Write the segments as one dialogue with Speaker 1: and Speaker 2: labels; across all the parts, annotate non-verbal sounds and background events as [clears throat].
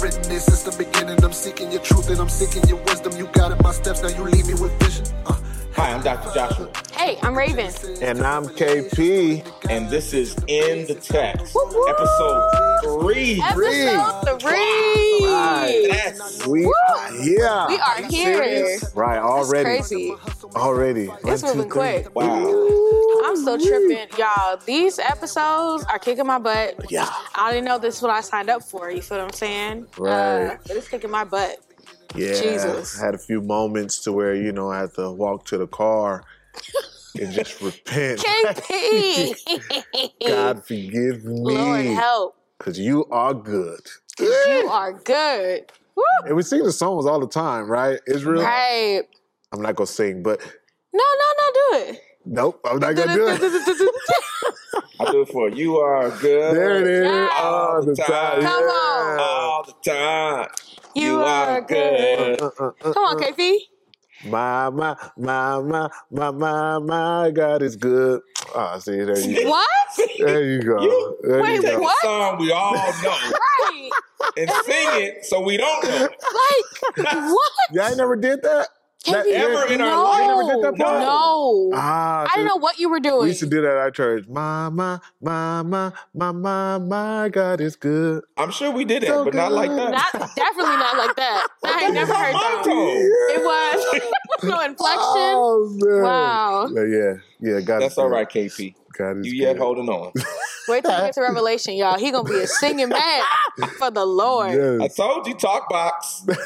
Speaker 1: it since the beginning. I'm seeking your truth and I'm seeking your wisdom. You guided my steps, now you lead me with vision. Uh,
Speaker 2: Hi, I'm Dr. Joshua,
Speaker 3: Hey, I'm Raven.
Speaker 4: And I'm KP.
Speaker 2: and this is In the Text,
Speaker 3: Whoop, whoop.
Speaker 2: episode three.
Speaker 3: Episode three.
Speaker 2: Yes.
Speaker 4: We are here.
Speaker 3: We are here.
Speaker 4: Right, already.
Speaker 3: Crazy.
Speaker 4: Already.
Speaker 3: It's
Speaker 4: One, two,
Speaker 3: moving
Speaker 4: three.
Speaker 3: quick.
Speaker 2: Wow.
Speaker 3: I'm so tripping, y'all. These episodes are kicking my butt.
Speaker 4: Yeah.
Speaker 3: I didn't know this is what I signed up for. You feel what I'm saying?
Speaker 4: Right.
Speaker 3: Uh, but it's kicking my butt.
Speaker 4: Yeah.
Speaker 3: Jesus.
Speaker 4: I had a few moments to where, you know, I had to walk to the car and just repent.
Speaker 3: KP.
Speaker 4: [laughs] God forgive
Speaker 3: Lord
Speaker 4: me.
Speaker 3: help.
Speaker 4: Because you are good.
Speaker 3: You are good. Woo.
Speaker 4: And we sing the songs all the time, right? Israel.
Speaker 3: Right.
Speaker 4: I'm not gonna sing, but
Speaker 3: No, no, no, do it.
Speaker 4: nope, I'm not gonna do it.
Speaker 2: I do it for you. You are good.
Speaker 4: There it is.
Speaker 3: Yeah.
Speaker 4: All the time.
Speaker 2: Come
Speaker 3: on.
Speaker 4: Yeah.
Speaker 2: All the time.
Speaker 3: You, are, good. Come on, KP.
Speaker 4: My my my my my my my God is good. Ah, see there you go.
Speaker 3: What?
Speaker 4: There you go.
Speaker 2: You-
Speaker 4: there
Speaker 3: wait,
Speaker 4: you
Speaker 2: Take
Speaker 4: go.
Speaker 3: what?
Speaker 2: a song we all know
Speaker 3: [laughs] Right.
Speaker 2: and sing it so we don't know it.
Speaker 3: Like, what?
Speaker 4: Y'all ain't never did that. That-
Speaker 3: KP,
Speaker 2: ever in
Speaker 3: no,
Speaker 2: our life.
Speaker 4: Never did that part?
Speaker 3: No.
Speaker 4: Ah,
Speaker 3: I didn't know what you were doing.
Speaker 4: We used to do that at our church. My my my my my my my God is good.
Speaker 2: I'm sure we did that,
Speaker 4: So
Speaker 2: but not like
Speaker 4: good.
Speaker 2: that.
Speaker 3: Not definitely not like that. I ain't never heard
Speaker 2: My
Speaker 3: that.
Speaker 2: tone.
Speaker 3: It was [laughs] no inflection.
Speaker 4: Oh, man.
Speaker 3: Wow.
Speaker 4: But yeah, yeah. God is
Speaker 2: That's all
Speaker 4: good.
Speaker 2: right, KP.
Speaker 4: God is
Speaker 2: You yet
Speaker 4: good.
Speaker 2: holding on.
Speaker 3: Wait till we
Speaker 4: [laughs]
Speaker 3: get to Revelation, y'all. He gonna be a singing man for the Lord.
Speaker 2: I
Speaker 4: Yes.
Speaker 2: told you, talk
Speaker 4: [laughs]
Speaker 2: box. Get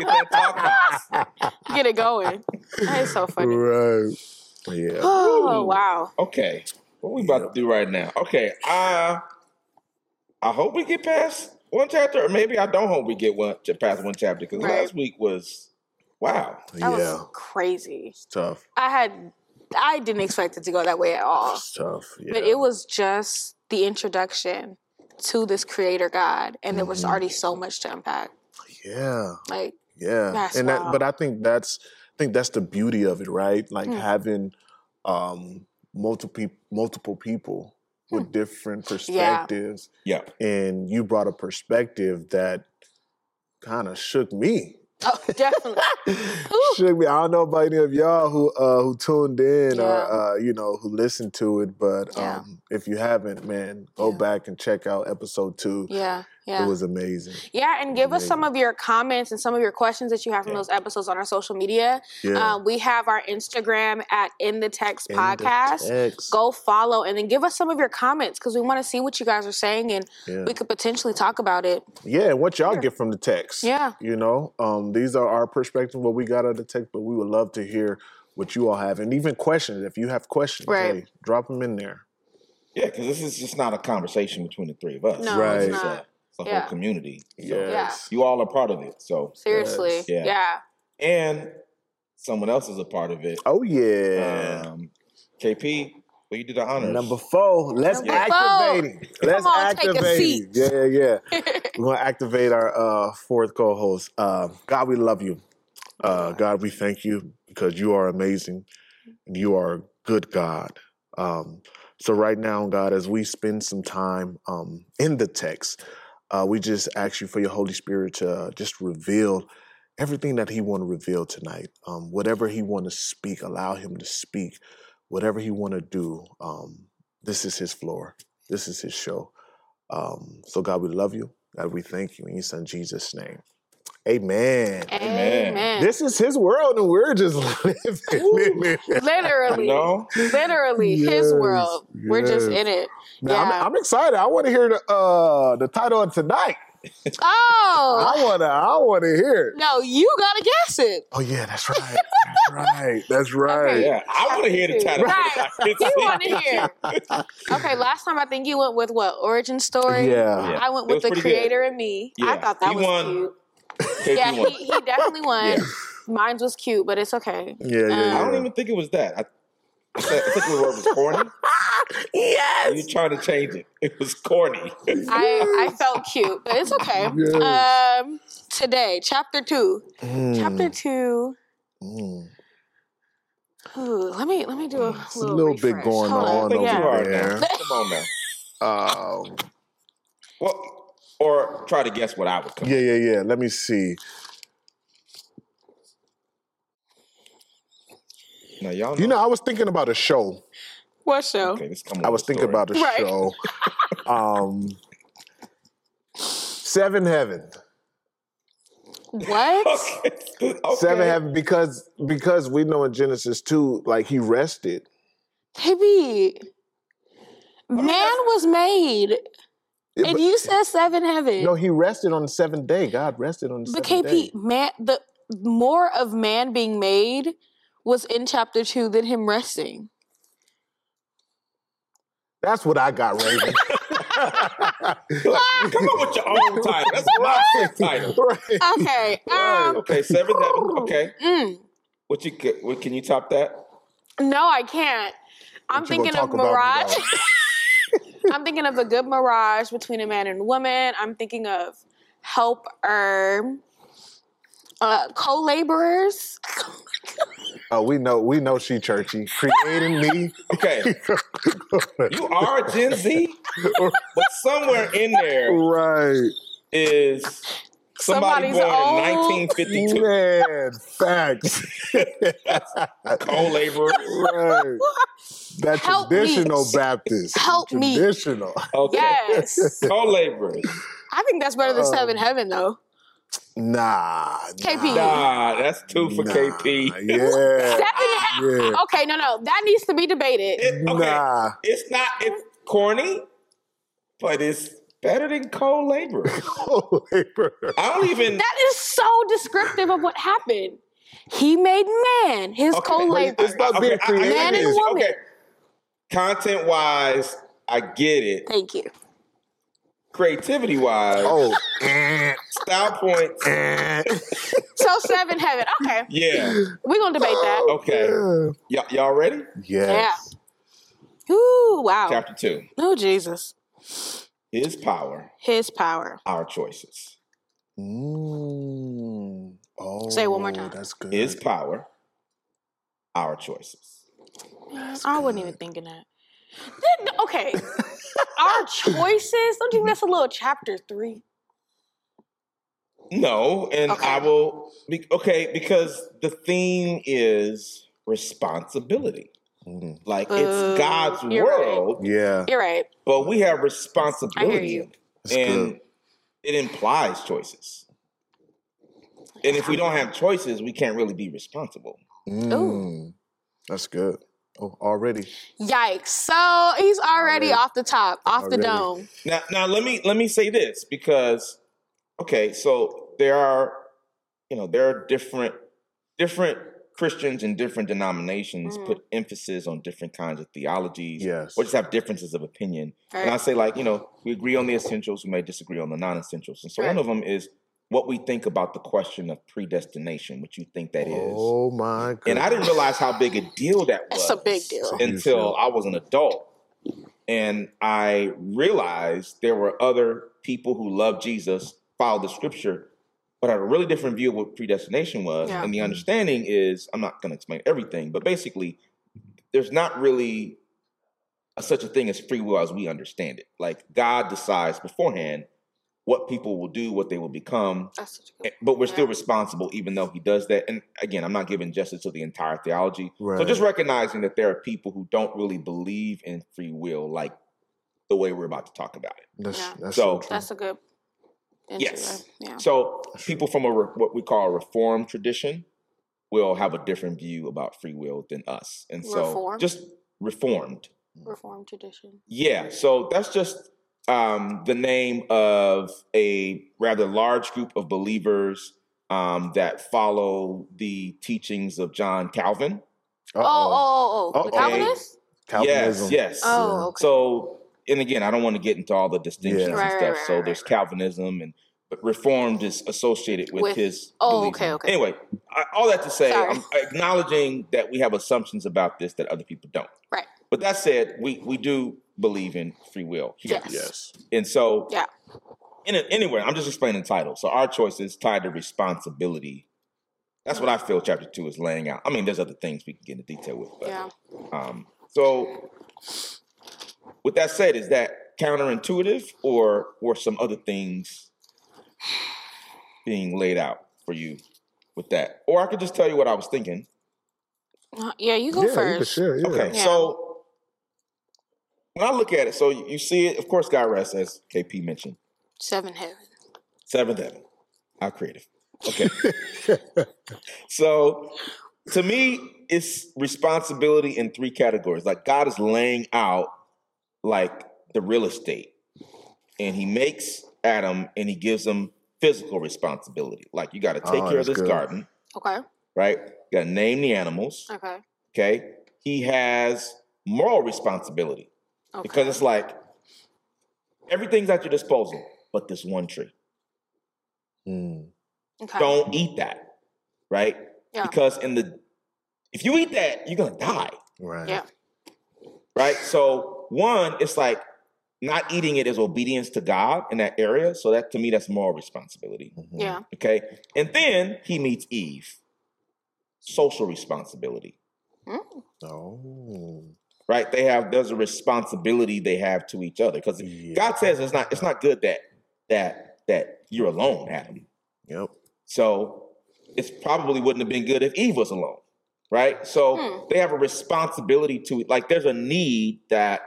Speaker 2: that talk box.
Speaker 3: Get it going. That is so
Speaker 4: [laughs]
Speaker 3: funny.
Speaker 4: Right. Yeah.
Speaker 3: Oh wow.
Speaker 2: Okay. What we about to do right now? Okay. I I hope we get past one chapter, or maybe I don't hope we get one to past one chapter because
Speaker 3: Right.
Speaker 2: last week was wow.
Speaker 3: That
Speaker 4: yeah.
Speaker 3: was crazy.
Speaker 4: It's tough.
Speaker 3: I had I didn't expect it to go that way at all.
Speaker 4: It's tough. Yeah.
Speaker 3: But it was just the introduction to this creator God and there
Speaker 4: Mm-hmm.
Speaker 3: was already so much to unpack.
Speaker 4: yeah.
Speaker 3: Like
Speaker 4: [laughs] Yeah.
Speaker 3: That's
Speaker 4: and
Speaker 3: wild.
Speaker 4: that but I think that's I think that's the beauty of it, right? Like
Speaker 3: Mm.
Speaker 4: having um multiple multiple people with different
Speaker 3: Hmm. Yeah.
Speaker 4: perspectives.
Speaker 2: Yeah.
Speaker 4: And you brought a perspective that kind of
Speaker 3: [laughs]
Speaker 4: shook me. [laughs]
Speaker 3: oh definitely.
Speaker 4: Shook me. I don't know about any of y'all who uh who tuned in
Speaker 3: Yeah.
Speaker 4: or uh you know who listened to it, but
Speaker 3: Yeah.
Speaker 4: um if you haven't, man, go
Speaker 3: Yeah.
Speaker 4: back and check out episode two.
Speaker 3: Yeah, yeah.
Speaker 4: It was amazing.
Speaker 3: Yeah, and give us some of your comments and some of your questions that you have from those episodes on our social media.
Speaker 4: Yeah.
Speaker 3: Um, we have our Instagram at In the Text
Speaker 4: In the
Speaker 3: Podcast.
Speaker 4: text.
Speaker 3: Go follow and then give us some of your comments because we want to see what you guys are saying and
Speaker 4: Yeah.
Speaker 3: we could potentially talk about it.
Speaker 4: Yeah, and what y'all get from the text.
Speaker 3: Yeah.
Speaker 4: You know, um, these are our perspective, what we got out of the text, but we would love to hear what you all have and even questions. If you have questions,
Speaker 3: Right.
Speaker 4: hey, drop them in there.
Speaker 2: Yeah, because this is just not a conversation between the three of us.
Speaker 3: No,
Speaker 4: Right.
Speaker 3: it's not.
Speaker 2: It's a
Speaker 3: Yeah.
Speaker 2: whole community. So
Speaker 4: Yes.
Speaker 2: You all are part of it. So
Speaker 3: Seriously.
Speaker 2: Yes. Yeah.
Speaker 3: Yeah.
Speaker 2: and someone else is a part of it.
Speaker 4: Oh yeah.
Speaker 2: Um, KP, will you do the honors?
Speaker 4: Number four, let's
Speaker 3: Number
Speaker 4: activate
Speaker 3: four.
Speaker 4: him. Let's
Speaker 3: on, take a
Speaker 4: activate him. Yeah, yeah,
Speaker 3: [laughs]
Speaker 4: yeah. We're gonna activate our uh, fourth co-host. Uh, God, we love you. Uh, God, we thank you because you are amazing. You are a good God. Um, so right now, God, as we spend some time um, in the text, uh, we just ask you for your Holy Spirit to uh, just reveal everything that He want to reveal tonight. Um, whatever He want to speak, allow Him to speak. Whatever He want to do, um, this is His floor. This is His show. Um, so God, we love you. God, we thank you in Your Son Jesus' name. Amen.
Speaker 3: Amen.
Speaker 4: This is His world, and we're just [laughs] living. in it.
Speaker 3: literally.
Speaker 2: No?
Speaker 3: Literally his
Speaker 4: Yes,
Speaker 3: world. We're just
Speaker 4: yes.
Speaker 3: in it.
Speaker 4: Now,
Speaker 3: Yeah.
Speaker 4: I'm, I'm excited. I want to hear the uh, the title of tonight.
Speaker 3: Oh.
Speaker 4: I want to. I want to hear it.
Speaker 3: No, you gotta guess it.
Speaker 4: Oh yeah, that's right. That's right.
Speaker 3: [laughs]
Speaker 4: That's right.
Speaker 2: Yeah, I want to hear the title.
Speaker 3: Right.
Speaker 2: [laughs] It's-
Speaker 3: You want to hear? Okay, last time I think you went with what origin story.
Speaker 4: Yeah.
Speaker 2: Yeah.
Speaker 3: I went
Speaker 2: That
Speaker 3: with
Speaker 2: was
Speaker 3: the
Speaker 2: pretty
Speaker 3: creator and me. I
Speaker 2: Yeah.
Speaker 3: thought that
Speaker 2: He
Speaker 3: was
Speaker 2: won.
Speaker 3: cute.
Speaker 2: KP
Speaker 3: Yeah,
Speaker 2: won.
Speaker 3: he,
Speaker 2: [laughs]
Speaker 3: he definitely won.
Speaker 2: Yeah.
Speaker 3: Mine was cute, but it's okay.
Speaker 4: Yeah, yeah,
Speaker 3: Um,
Speaker 2: I
Speaker 4: yeah.
Speaker 2: don't even think it was that. I, I said- I think the word was corny. yes. You trying to change it? It was corny.
Speaker 3: I, I felt cute, but it's okay.
Speaker 4: Yes.
Speaker 3: Um, today, chapter two. Chapter two.
Speaker 4: Mm.
Speaker 3: Ooh, let me let me do a
Speaker 4: It's a
Speaker 3: little,
Speaker 4: little bit
Speaker 3: refresh.
Speaker 4: going
Speaker 3: Hold
Speaker 4: on
Speaker 2: I think
Speaker 4: over
Speaker 2: you are
Speaker 4: there.
Speaker 2: now. Come on now.
Speaker 4: Um,
Speaker 2: Well, Or try to guess what I would come.
Speaker 4: Yeah, yeah, yeah. Let me see.
Speaker 2: Now y'all know.
Speaker 4: You know, I was thinking about a show.
Speaker 3: What show?
Speaker 2: okay, this come
Speaker 4: I
Speaker 2: on
Speaker 4: was
Speaker 2: the
Speaker 4: thinking
Speaker 2: story.
Speaker 4: about a
Speaker 3: Right.
Speaker 4: show. Um, Seven Heaven.
Speaker 3: What?
Speaker 2: [laughs] Okay. okay.
Speaker 4: [laughs] Seven Heaven because because we know in Genesis two, like he rested.
Speaker 3: Baby. Man was made.
Speaker 4: Yeah,
Speaker 3: And
Speaker 4: but-
Speaker 3: you said seven heaven.
Speaker 4: no, he rested on the seventh day. God rested on the
Speaker 3: But
Speaker 4: seventh
Speaker 3: KP,
Speaker 4: day.
Speaker 3: man, the more of man being made was in chapter two than him
Speaker 4: [laughs]
Speaker 3: resting.
Speaker 4: That's what I got, Raven. [laughs]
Speaker 2: Like, [laughs] come up with your own title. That's a
Speaker 4: [laughs]
Speaker 2: lot of [laughs] title.
Speaker 4: right.
Speaker 3: Okay. Um.
Speaker 2: Okay, seven heaven. Okay,
Speaker 3: mm,
Speaker 2: what you ca- what can you top that?
Speaker 3: no, I can't. I'm
Speaker 4: What you gonna
Speaker 3: thinking of
Speaker 4: talk about me,
Speaker 3: mirage. I'm thinking of the good mirage between a man and woman. I'm thinking of helper, uh,
Speaker 4: [laughs]
Speaker 3: co-laborers.
Speaker 4: Oh, we know, we know she churchy. Creating me.
Speaker 2: Okay, you are Gen Z, but somewhere in
Speaker 4: [laughs]
Speaker 2: there
Speaker 4: right.
Speaker 2: is somebody
Speaker 3: Somebody's
Speaker 2: born
Speaker 3: old.
Speaker 2: in 1952.
Speaker 4: Man, facts. [laughs]
Speaker 2: Co-laborer.
Speaker 4: right. That
Speaker 3: Help me.
Speaker 4: traditional Baptist.
Speaker 3: Help me.
Speaker 4: Traditional.
Speaker 2: Okay.
Speaker 3: Yes,
Speaker 2: Co-laborers.
Speaker 3: I think that's better than
Speaker 4: Oh.
Speaker 3: seven heaven though.
Speaker 4: Nah.
Speaker 3: KP.
Speaker 2: Nah, that's two for
Speaker 4: nah,
Speaker 2: KP.
Speaker 4: Yeah.
Speaker 3: Seven heaven.
Speaker 4: yeah.
Speaker 3: [laughs] Okay, no, no, that needs to be debated.
Speaker 2: It- okay,
Speaker 4: Nah. [laughs]
Speaker 2: it's not it's corny, but it's better than co-laborers.
Speaker 4: Holy Oh, bro.
Speaker 2: I don't even.
Speaker 3: That is so descriptive of what happened. He made man his
Speaker 2: Okay,
Speaker 3: co-labor.
Speaker 4: but it's not- being creative.
Speaker 3: Man and woman.
Speaker 2: Content wise, I get it.
Speaker 3: Thank you.
Speaker 2: Creativity wise,
Speaker 4: Oh. eh,
Speaker 2: style points.
Speaker 4: eh.
Speaker 3: So seven heaven. Okay,
Speaker 2: Yeah.
Speaker 3: we're gonna debate that.
Speaker 2: Okay. Y- y'all ready?
Speaker 4: Yes.
Speaker 3: Ooh, wow.
Speaker 2: Chapter two.
Speaker 3: Oh Jesus,
Speaker 2: His power,
Speaker 3: His power.
Speaker 2: our choices.
Speaker 4: Mm. Oh,
Speaker 3: Say it one more time.
Speaker 4: That's good.
Speaker 2: His power, our choices.
Speaker 3: I wasn't even thinking that. Then- okay, our choices. Don't you think that's a little chapter three?
Speaker 2: No, and
Speaker 3: Okay.
Speaker 2: I will. Be, okay, because the theme is responsibility.
Speaker 4: Mm.
Speaker 2: Like
Speaker 3: Ooh,
Speaker 2: it's God's
Speaker 3: you're right.
Speaker 2: world,
Speaker 4: Yeah.
Speaker 3: You're right.
Speaker 2: but we have responsibility.
Speaker 3: you.
Speaker 4: That's
Speaker 2: and
Speaker 4: good.
Speaker 2: it implies choices. And if we don't have choices, we can't really be responsible.
Speaker 4: Mm. That's good. Oh, already.
Speaker 3: Yikes! So he's already
Speaker 4: Already.
Speaker 3: off the top, off the
Speaker 4: Already.
Speaker 3: dome.
Speaker 2: Now, now let me let me say this because, okay, so there are, you know, there are different different Christians and different denominations
Speaker 3: Mhm.
Speaker 2: put emphasis on different kinds of theologies,
Speaker 4: Yes.
Speaker 2: or just have differences of opinion. And I
Speaker 3: Right.
Speaker 2: say, like, you know, we agree on the essentials, we may disagree on the non essentials. And so
Speaker 3: Right.
Speaker 2: one of them is what we think about the question of predestination, what you think that is.
Speaker 4: Oh my god.
Speaker 2: And I didn't realize how big a deal that was
Speaker 3: It's a big deal.
Speaker 2: until I was an adult. And I realized there were other people who loved Jesus, followed the scripture, but had a really different view of what predestination was.
Speaker 3: Yeah.
Speaker 2: And the understanding is I'm not going to explain everything, but basically, there's not really a- such a thing as free will as we understand it. Like, God decides beforehand what people will do, what they will become,
Speaker 3: That's such a good.
Speaker 2: eh, but we're still
Speaker 3: Yeah.
Speaker 2: responsible even though he does that and again i'm not giving justice to the entire theology so
Speaker 4: Right.
Speaker 2: just recognizing that there are people who don't really believe in free will like the way we're about to talk about it
Speaker 4: That's,
Speaker 3: Yeah.
Speaker 4: that's
Speaker 2: So-
Speaker 4: true.
Speaker 3: That's a good. entry,
Speaker 2: Yes.
Speaker 3: right? Yeah.
Speaker 2: so people from a re- what we call a reformed tradition will have a different view about free will than us and so
Speaker 3: Reformed?
Speaker 2: just reformed
Speaker 3: Reformed tradition.
Speaker 2: Yeah, so that's just um, the name of a rather large group of believers um, that follow the teachings of John Calvin. Uh
Speaker 3: Oh,
Speaker 4: Uh-oh.
Speaker 3: oh, oh, oh. The
Speaker 4: Uh-oh.
Speaker 3: Calvinists?
Speaker 4: Calvinism.
Speaker 2: Yes, yes.
Speaker 3: Oh,
Speaker 2: Mm-hmm.
Speaker 3: okay.
Speaker 2: So, and again, I don't want to get into all the distinctions
Speaker 4: Yeah.
Speaker 2: and
Speaker 3: Right, right,
Speaker 2: stuff.
Speaker 3: right,
Speaker 2: so
Speaker 3: right,
Speaker 2: there's
Speaker 3: right.
Speaker 2: Calvinism and but Reformed is associated with,
Speaker 3: With-
Speaker 2: his.
Speaker 3: oh,
Speaker 2: beliefs.
Speaker 3: okay, okay.
Speaker 2: Anyway, I, all that to say,
Speaker 3: Sorry.
Speaker 2: I'm acknowledging that we have assumptions about this that other people don't.
Speaker 3: Right.
Speaker 2: But that said, we we do believe in free will here.
Speaker 3: Yes.
Speaker 4: Yes.
Speaker 2: And so,
Speaker 3: Yeah.
Speaker 2: In a, anyway, I'm just explaining the title. So our choice is tied to responsibility. That's what I feel. Chapter two is laying out. I mean, there's other things we can get into detail with, but
Speaker 3: Yeah.
Speaker 2: um, so with that said, is that counterintuitive, or were some other things being laid out for you with that? Or I could just tell you what I was thinking.
Speaker 3: Uh, Yeah, you go
Speaker 4: yeah, you can
Speaker 3: first.
Speaker 4: share. Yeah.
Speaker 2: Okay,
Speaker 3: Yeah.
Speaker 2: so when I look at it, so you you see it, of course, God rest, as KP mentioned,
Speaker 3: Seven Heaven.
Speaker 2: seventh heaven. How creative.
Speaker 4: [laughs]
Speaker 2: Okay. so to me, it's responsibility in three categories. Like God is laying out like the real estate, and He makes Adam and He gives him physical responsibility. Like you got to take
Speaker 4: Oh,
Speaker 2: care of
Speaker 4: that's
Speaker 2: this
Speaker 4: good.
Speaker 2: garden,
Speaker 3: Okay.
Speaker 2: right? You got to name the animals.
Speaker 3: Okay.
Speaker 2: Okay. He has moral responsibility
Speaker 3: Okay.
Speaker 2: because it's like everything's at your disposal but this one tree.
Speaker 4: Mm.
Speaker 3: okay.
Speaker 2: Don't eat that, right?
Speaker 3: Yeah.
Speaker 2: Because in the if you eat that, you're gonna die,
Speaker 4: Right.
Speaker 3: Yeah.
Speaker 2: right? So one, it's like not eating it is obedience to God in that area. So that to me, that's moral responsibility.
Speaker 4: Mhm.
Speaker 3: Yeah.
Speaker 2: Okay, and then he meets Eve, social responsibility,
Speaker 4: Oh.
Speaker 2: right? They have there's a responsibility they have to each other because
Speaker 4: Yeah.
Speaker 2: God says it's not it's not good that that that you're alone, Adam.
Speaker 4: Yep.
Speaker 2: So it probably wouldn't have been good if Eve was alone, right? So
Speaker 3: Hmm.
Speaker 2: they have a responsibility to like there's a need that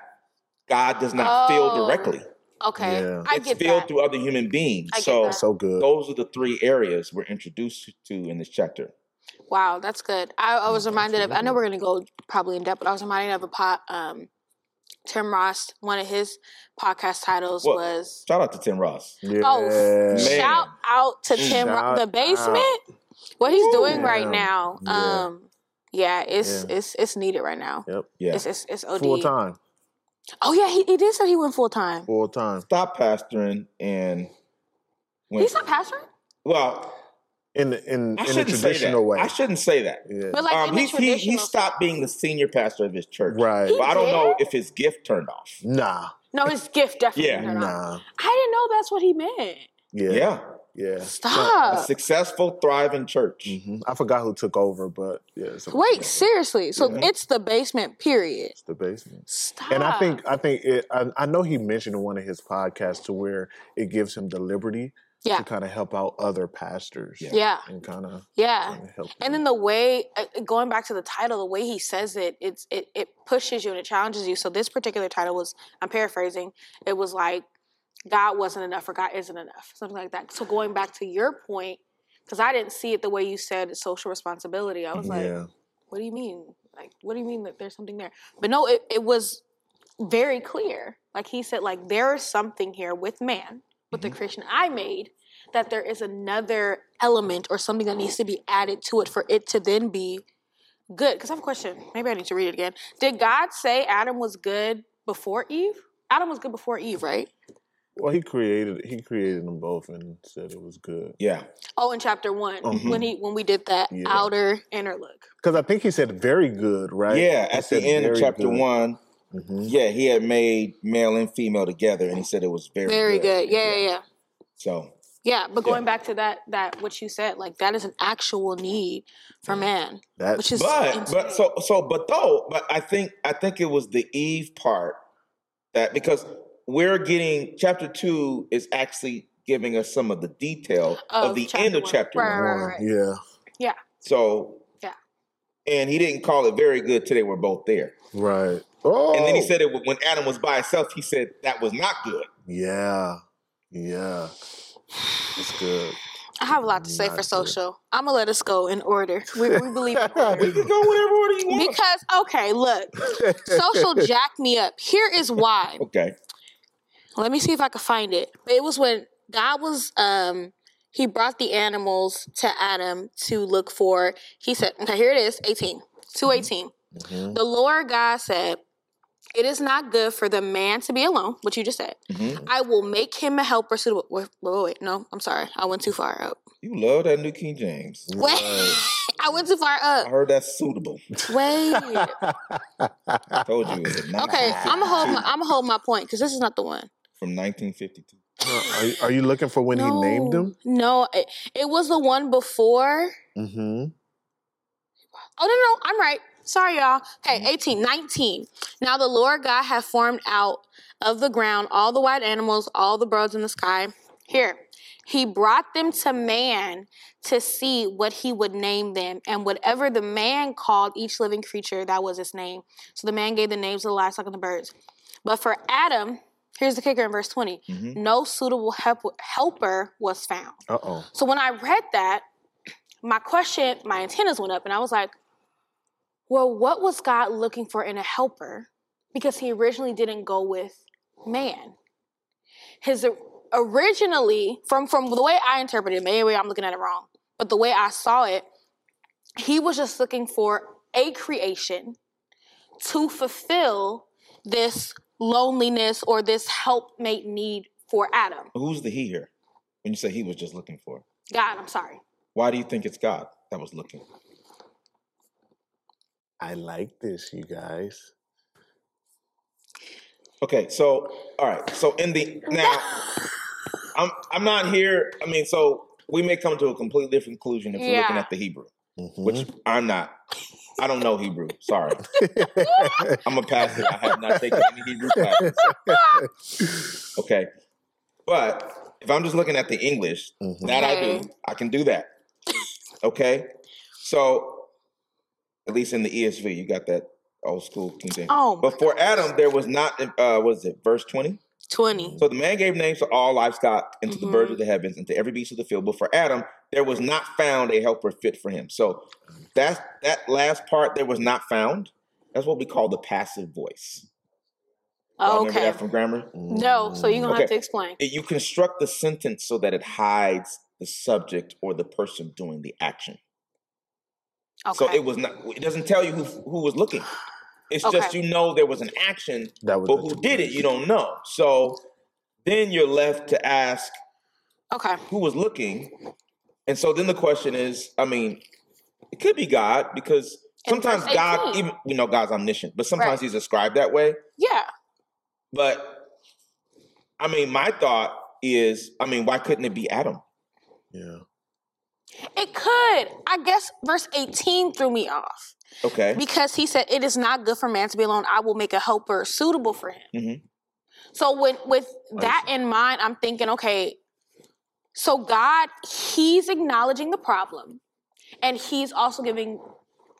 Speaker 2: God does not
Speaker 3: Oh,
Speaker 2: feel directly.
Speaker 3: Okay.
Speaker 4: Mm-hmm. Yeah.
Speaker 3: I
Speaker 2: it's
Speaker 3: get
Speaker 2: filled
Speaker 3: that.
Speaker 2: through other human beings.
Speaker 3: I get
Speaker 2: so
Speaker 3: that.
Speaker 4: So good.
Speaker 2: those are the three areas we're introduced to in this chapter.
Speaker 3: Wow, that's good. I, I was
Speaker 4: Mm,
Speaker 3: reminded of. I know we're
Speaker 4: absolutely.
Speaker 3: gonna go probably in depth, but I was reminded of a pot. Um, Tim Ross. One of his podcast titles
Speaker 2: What?
Speaker 3: was.
Speaker 2: Shout out to Tim Ross.
Speaker 4: Yeah.
Speaker 3: Oh,
Speaker 2: Man.
Speaker 3: shout out to Tim Ro-
Speaker 4: Shout
Speaker 3: the basement.
Speaker 4: out.
Speaker 3: What he's doing right
Speaker 4: Yeah.
Speaker 3: now.
Speaker 4: Yeah.
Speaker 3: Um, yeah, it's
Speaker 4: Yeah.
Speaker 3: it's it's needed right now.
Speaker 4: Yep.
Speaker 2: Yeah.
Speaker 3: It's it's it's OD.
Speaker 4: Full time.
Speaker 3: Oh yeah, he, he did say he went full time.
Speaker 4: Full time.
Speaker 2: Stop pastoring and went,
Speaker 3: He's not pastor,
Speaker 2: well,
Speaker 4: In the in,
Speaker 2: I
Speaker 4: in the
Speaker 2: shouldn't say that.
Speaker 4: traditional way.
Speaker 2: I shouldn't say that.
Speaker 4: yeah.
Speaker 3: but like
Speaker 2: um,
Speaker 3: in the
Speaker 2: he, he,
Speaker 3: traditional.
Speaker 2: he stopped being the senior pastor of his church.
Speaker 4: Right.
Speaker 2: But I don't
Speaker 3: did?
Speaker 2: know if his gift turned off.
Speaker 4: Nah.
Speaker 3: no, his gift definitely.
Speaker 2: Yeah.
Speaker 3: turned on.
Speaker 4: Nah.
Speaker 3: I didn't know that's what he meant.
Speaker 4: Yeah.
Speaker 2: yeah.
Speaker 4: Yeah.
Speaker 2: A
Speaker 3: Stop.
Speaker 2: successful, thriving church.
Speaker 4: Mhm. I forgot who took over, but yeah. it's-
Speaker 3: Wait, seriously. So
Speaker 2: Yeah.
Speaker 3: it's the basement. Period.
Speaker 4: It's the basement.
Speaker 3: Stop.
Speaker 4: Mm-hmm. And I think I think it, I, I know he mentioned in one of his podcasts to where it gives him the liberty
Speaker 3: Yeah.
Speaker 4: to kind of help out other pastors
Speaker 3: Yeah.
Speaker 4: and kind of
Speaker 3: Yeah.
Speaker 4: help.
Speaker 3: And
Speaker 4: them.
Speaker 3: then the way, uh, uh, going back to the title, the way he says it, it's it, it pushes you and it challenges you. So this particular title was, I'm paraphrasing, it was like, God wasn't enough or God isn't enough, something like that. So going back to your point, because I didn't see it the way you said it's social responsibility. I was like,
Speaker 4: yeah.
Speaker 3: what do you mean? Like, what do you mean that there's something there? But no, it, it was very clear. Like he said, like there is something here with man, with the creation I made, that there is another element or something that needs to be added to it for it to then be good. Because I have a question. Maybe I need to read it again. Did God say Adam was good before Eve? Adam was good before Eve, right?
Speaker 4: Well, he created he created them both and said it was good
Speaker 2: Yeah.
Speaker 3: Oh, in chapter one,
Speaker 4: Mhm.
Speaker 3: when he when we did that
Speaker 4: Yeah.
Speaker 3: outer inner look.
Speaker 4: because I think he said very good, right?
Speaker 2: Yeah.
Speaker 4: He
Speaker 2: At the
Speaker 4: said
Speaker 2: end of
Speaker 4: very
Speaker 2: chapter
Speaker 4: good.
Speaker 2: one,
Speaker 4: Mhm.
Speaker 2: yeah, he had made male and female together and he said it was very,
Speaker 3: Very good. Yeah, yeah, yeah.
Speaker 2: So
Speaker 3: Yeah, but
Speaker 2: Yeah.
Speaker 3: going back to that that what you said, like that is an actual need for man,
Speaker 4: That
Speaker 3: which is
Speaker 2: Mm. but
Speaker 3: insane.
Speaker 2: but so so but though, but I think I think it was the Eve part that because we're getting chapter two is actually giving us some of the detail of,
Speaker 3: Of
Speaker 2: the
Speaker 3: chapter
Speaker 2: end of
Speaker 3: one.
Speaker 2: chapter
Speaker 3: Right,
Speaker 2: one.
Speaker 3: right,
Speaker 4: One,
Speaker 3: right.
Speaker 4: yeah,
Speaker 2: So
Speaker 3: Yeah.
Speaker 2: and he didn't call it very good today. We're both there.
Speaker 4: right. Oh,
Speaker 2: And then he said it when Adam was by himself. He said that was not good.
Speaker 4: Oh, yeah, yeah, it's good.
Speaker 3: I have a lot to say
Speaker 4: Not
Speaker 3: for
Speaker 4: good.
Speaker 3: social. I'm gonna let us go in order. We, we
Speaker 4: [laughs]
Speaker 2: [laughs]
Speaker 3: believe in
Speaker 2: We
Speaker 3: order.
Speaker 4: Mm-hmm.
Speaker 2: can go whatever order you want.
Speaker 3: because okay, look,
Speaker 2: [laughs]
Speaker 3: social jacked me up. Here is why.
Speaker 2: okay.
Speaker 3: Let me see if I can find it. But it was when God was um he brought the animals to Adam to look for. He said, okay, here it is, 18.
Speaker 2: Mm-hmm.
Speaker 3: 218.
Speaker 4: Mhm.
Speaker 3: The Lord God said, It is not good for the man to be alone, what you just said.
Speaker 2: Mhm.
Speaker 3: I will make him a helper suitable. Wait, wait, wait, wait, no, I'm sorry. I went too far up. [laughs]
Speaker 2: You love that New King James.
Speaker 3: Wait, I went too far
Speaker 2: I
Speaker 4: [laughs]
Speaker 3: up.
Speaker 2: heard that's suitable.
Speaker 3: Wait.
Speaker 2: Told you. It's
Speaker 3: Uh, Okay, I'm gonna hold my I'm gonna hold my point because this is not the one.
Speaker 2: from 1952.
Speaker 4: Are, you- are you looking for when he named him?
Speaker 3: No, it, it was the one before.
Speaker 4: Mm-hmm.
Speaker 3: Oh no, no, no, I'm right. Sorry, y'all. Hey, 18, 19. Now the Lord God had formed out of the ground, all the wild animals, all the birds in the sky. Here, he brought them to man to see what he would name them, and whatever the man called each living creature, that was its name. So the man gave the names of the livestock and the birds. But for Adam, here's the kicker in verse 20
Speaker 2: Mhm.
Speaker 3: no suitable help- helper was found.
Speaker 4: Uh oh.
Speaker 3: So when I read that, my question, my antennas went up, and I was like, well, what was God looking for in a helper? Because he originally didn't go with man. His originally, from from the way I interpreted it, maybe I'm looking at it wrong, but the way I saw it, he was just looking for a creation to fulfill this loneliness or this helpmate need for Adam.
Speaker 2: Who's the he here? When you say he was just looking for,
Speaker 3: God, I'm sorry.
Speaker 2: why do you think it's God that was looking?
Speaker 4: I like this, you guys.
Speaker 2: Okay, so all right, so in the
Speaker 3: [laughs]
Speaker 2: now, I'm I'm not here. I mean, so we may come to a completely different conclusion if we're looking
Speaker 3: Yeah.
Speaker 2: at the Hebrew,
Speaker 4: Mhm.
Speaker 2: which I'm not. I don't know Hebrew. Sorry, I'm a pastor. I have not taken any Hebrew classes. Okay, but if I'm just looking at the English,
Speaker 4: Mhm.
Speaker 2: that I
Speaker 3: Okay.
Speaker 2: do, I can do that. Okay, so at least in the ESV, you got that old school King James.
Speaker 3: Oh my
Speaker 2: But for Adam, there was not. Uh, was it verse twenty?
Speaker 3: 20.
Speaker 2: So the man gave names to all livestock and to
Speaker 3: Mhm.
Speaker 2: the birds of the heavens and to every beast of the field. But for Adam, there was not found a helper fit for him. So that's that last part there was not found. That's what we call the passive voice. Y'all Remember
Speaker 3: Oh, okay.
Speaker 2: that from grammar?
Speaker 3: No, so you're going to
Speaker 2: Okay.
Speaker 3: have to explain.
Speaker 2: It- you construct the sentence so that it hides the subject or the person doing the action.
Speaker 3: Okay.
Speaker 2: So it was not. It doesn't tell you who who was looking. It's just
Speaker 3: Okay.
Speaker 2: you know there was an action,
Speaker 4: That was
Speaker 2: but
Speaker 4: the
Speaker 2: who
Speaker 4: two
Speaker 2: did it
Speaker 4: words.
Speaker 2: you don't know. So then you're left to ask
Speaker 3: okay.
Speaker 2: who was looking. And so then the question is, I mean, it could be God because
Speaker 3: In verse
Speaker 2: sometimes God,
Speaker 3: 18.
Speaker 2: even we know God's omniscient, but sometimes
Speaker 3: Right.
Speaker 2: he's described that way.
Speaker 3: Yeah.
Speaker 2: But I mean, my thought is, I mean, why couldn't it be Adam?
Speaker 4: Yeah.
Speaker 3: It could. I guess verse 18 threw me off
Speaker 2: Okay.
Speaker 3: because he said, It is not good for man to be alone. I will make a helper suitable for him.
Speaker 2: Mhm.
Speaker 3: So with, with that in mind, I'm thinking, okay, so God, he's acknowledging the problem and he's also giving,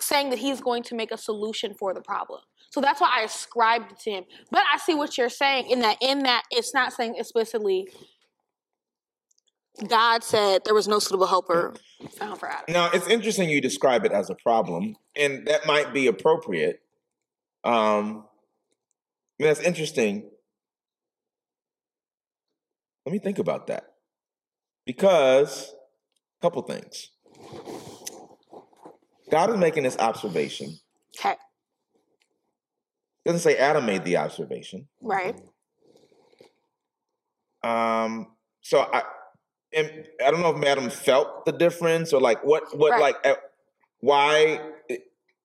Speaker 3: saying that he's going to make a solution for the problem. So that's why I ascribed it to him. But I see what you're saying in that, in that it's not saying explicitly, God said there was no suitable helper found for Adam.
Speaker 2: Now, it's interesting you describe it as a problem, and that might be appropriate. Um, I mean, that's interesting. Let me think about that. Because, a couple things. God is making this observation.
Speaker 3: Okay,
Speaker 2: Doesn't say Adam made the observation.
Speaker 3: right?
Speaker 2: Um, so I, and I don't know if Adam felt the difference or like what, what
Speaker 3: Right.
Speaker 2: like, uh, why i-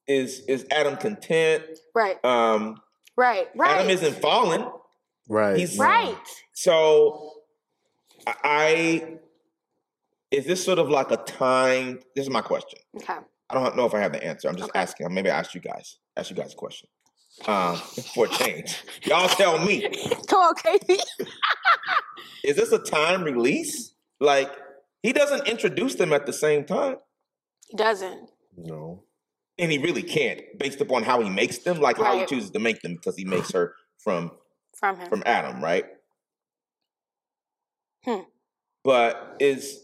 Speaker 2: is is Adam content?
Speaker 3: Right,
Speaker 2: Um,
Speaker 3: right, right.
Speaker 2: Adam isn't fallen.
Speaker 4: Right.
Speaker 2: He's-
Speaker 4: yeah.
Speaker 3: right.
Speaker 2: So I- I is this sort of like a time? This is my question.
Speaker 3: Okay.
Speaker 2: I don't know if I have the answer. I'm just
Speaker 3: Okay.
Speaker 2: asking. Maybe I asked you guys. Ask you guys a question. Um, for a change, y'all tell me.
Speaker 3: Come on, Katie.
Speaker 2: Is this a time release? Like he doesn't introduce them at the same time,
Speaker 3: He doesn't.
Speaker 4: No.
Speaker 2: and he really can't, based upon how he makes them, like how he
Speaker 3: Right.
Speaker 2: chooses to make them, because he makes her from
Speaker 3: From him.
Speaker 2: from Adam, right?
Speaker 3: Hmm.
Speaker 2: But is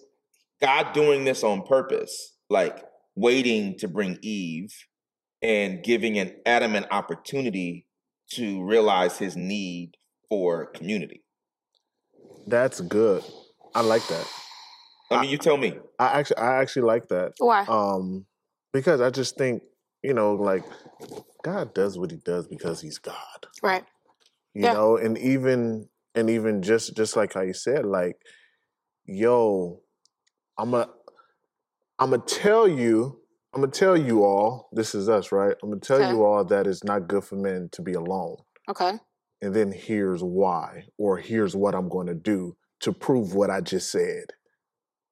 Speaker 2: God doing this on purpose? Like waiting to bring Eve and giving an Adam an opportunity to realize his need for community.
Speaker 4: That's good. I like that.
Speaker 2: I mean, you tell me.
Speaker 4: I actually I actually like that.
Speaker 3: Why?
Speaker 4: Um because I just think, you know, like God does what he does because he's God.
Speaker 3: right.
Speaker 4: you
Speaker 3: Yeah.
Speaker 4: know and even and even just just like how you said like yo i'm a i'm gonna tell you i'm gonna tell you all this is us right i'm gonna tell
Speaker 3: Okay.
Speaker 4: you all that it's not good for men to be alone
Speaker 3: Okay.
Speaker 4: and then here's why or here's what i'm gonna do to prove what i just said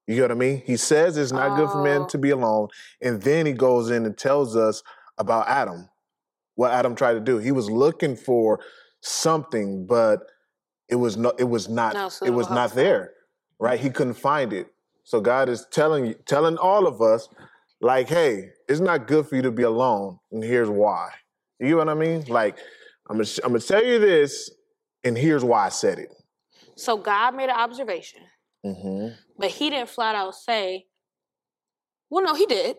Speaker 4: you get what i mean he says it's not good for men
Speaker 3: Oh.
Speaker 4: to be alone and then he goes in and tells us about adam what adam tried to do he was looking for something but It was no, it was not,
Speaker 3: No, so
Speaker 4: it was
Speaker 3: it'll
Speaker 4: not
Speaker 3: help.
Speaker 4: there, right? He couldn't find it. So God is telling you, telling all of us, like, hey, it's not good for you to be alone, and here's why. You know what I mean? Like, I'm gonna, I'm gonna tell you this, and here's why I said it.
Speaker 3: So God made an observation,
Speaker 4: Mm-hmm.
Speaker 3: but He didn't flat out say. Well, no, He did,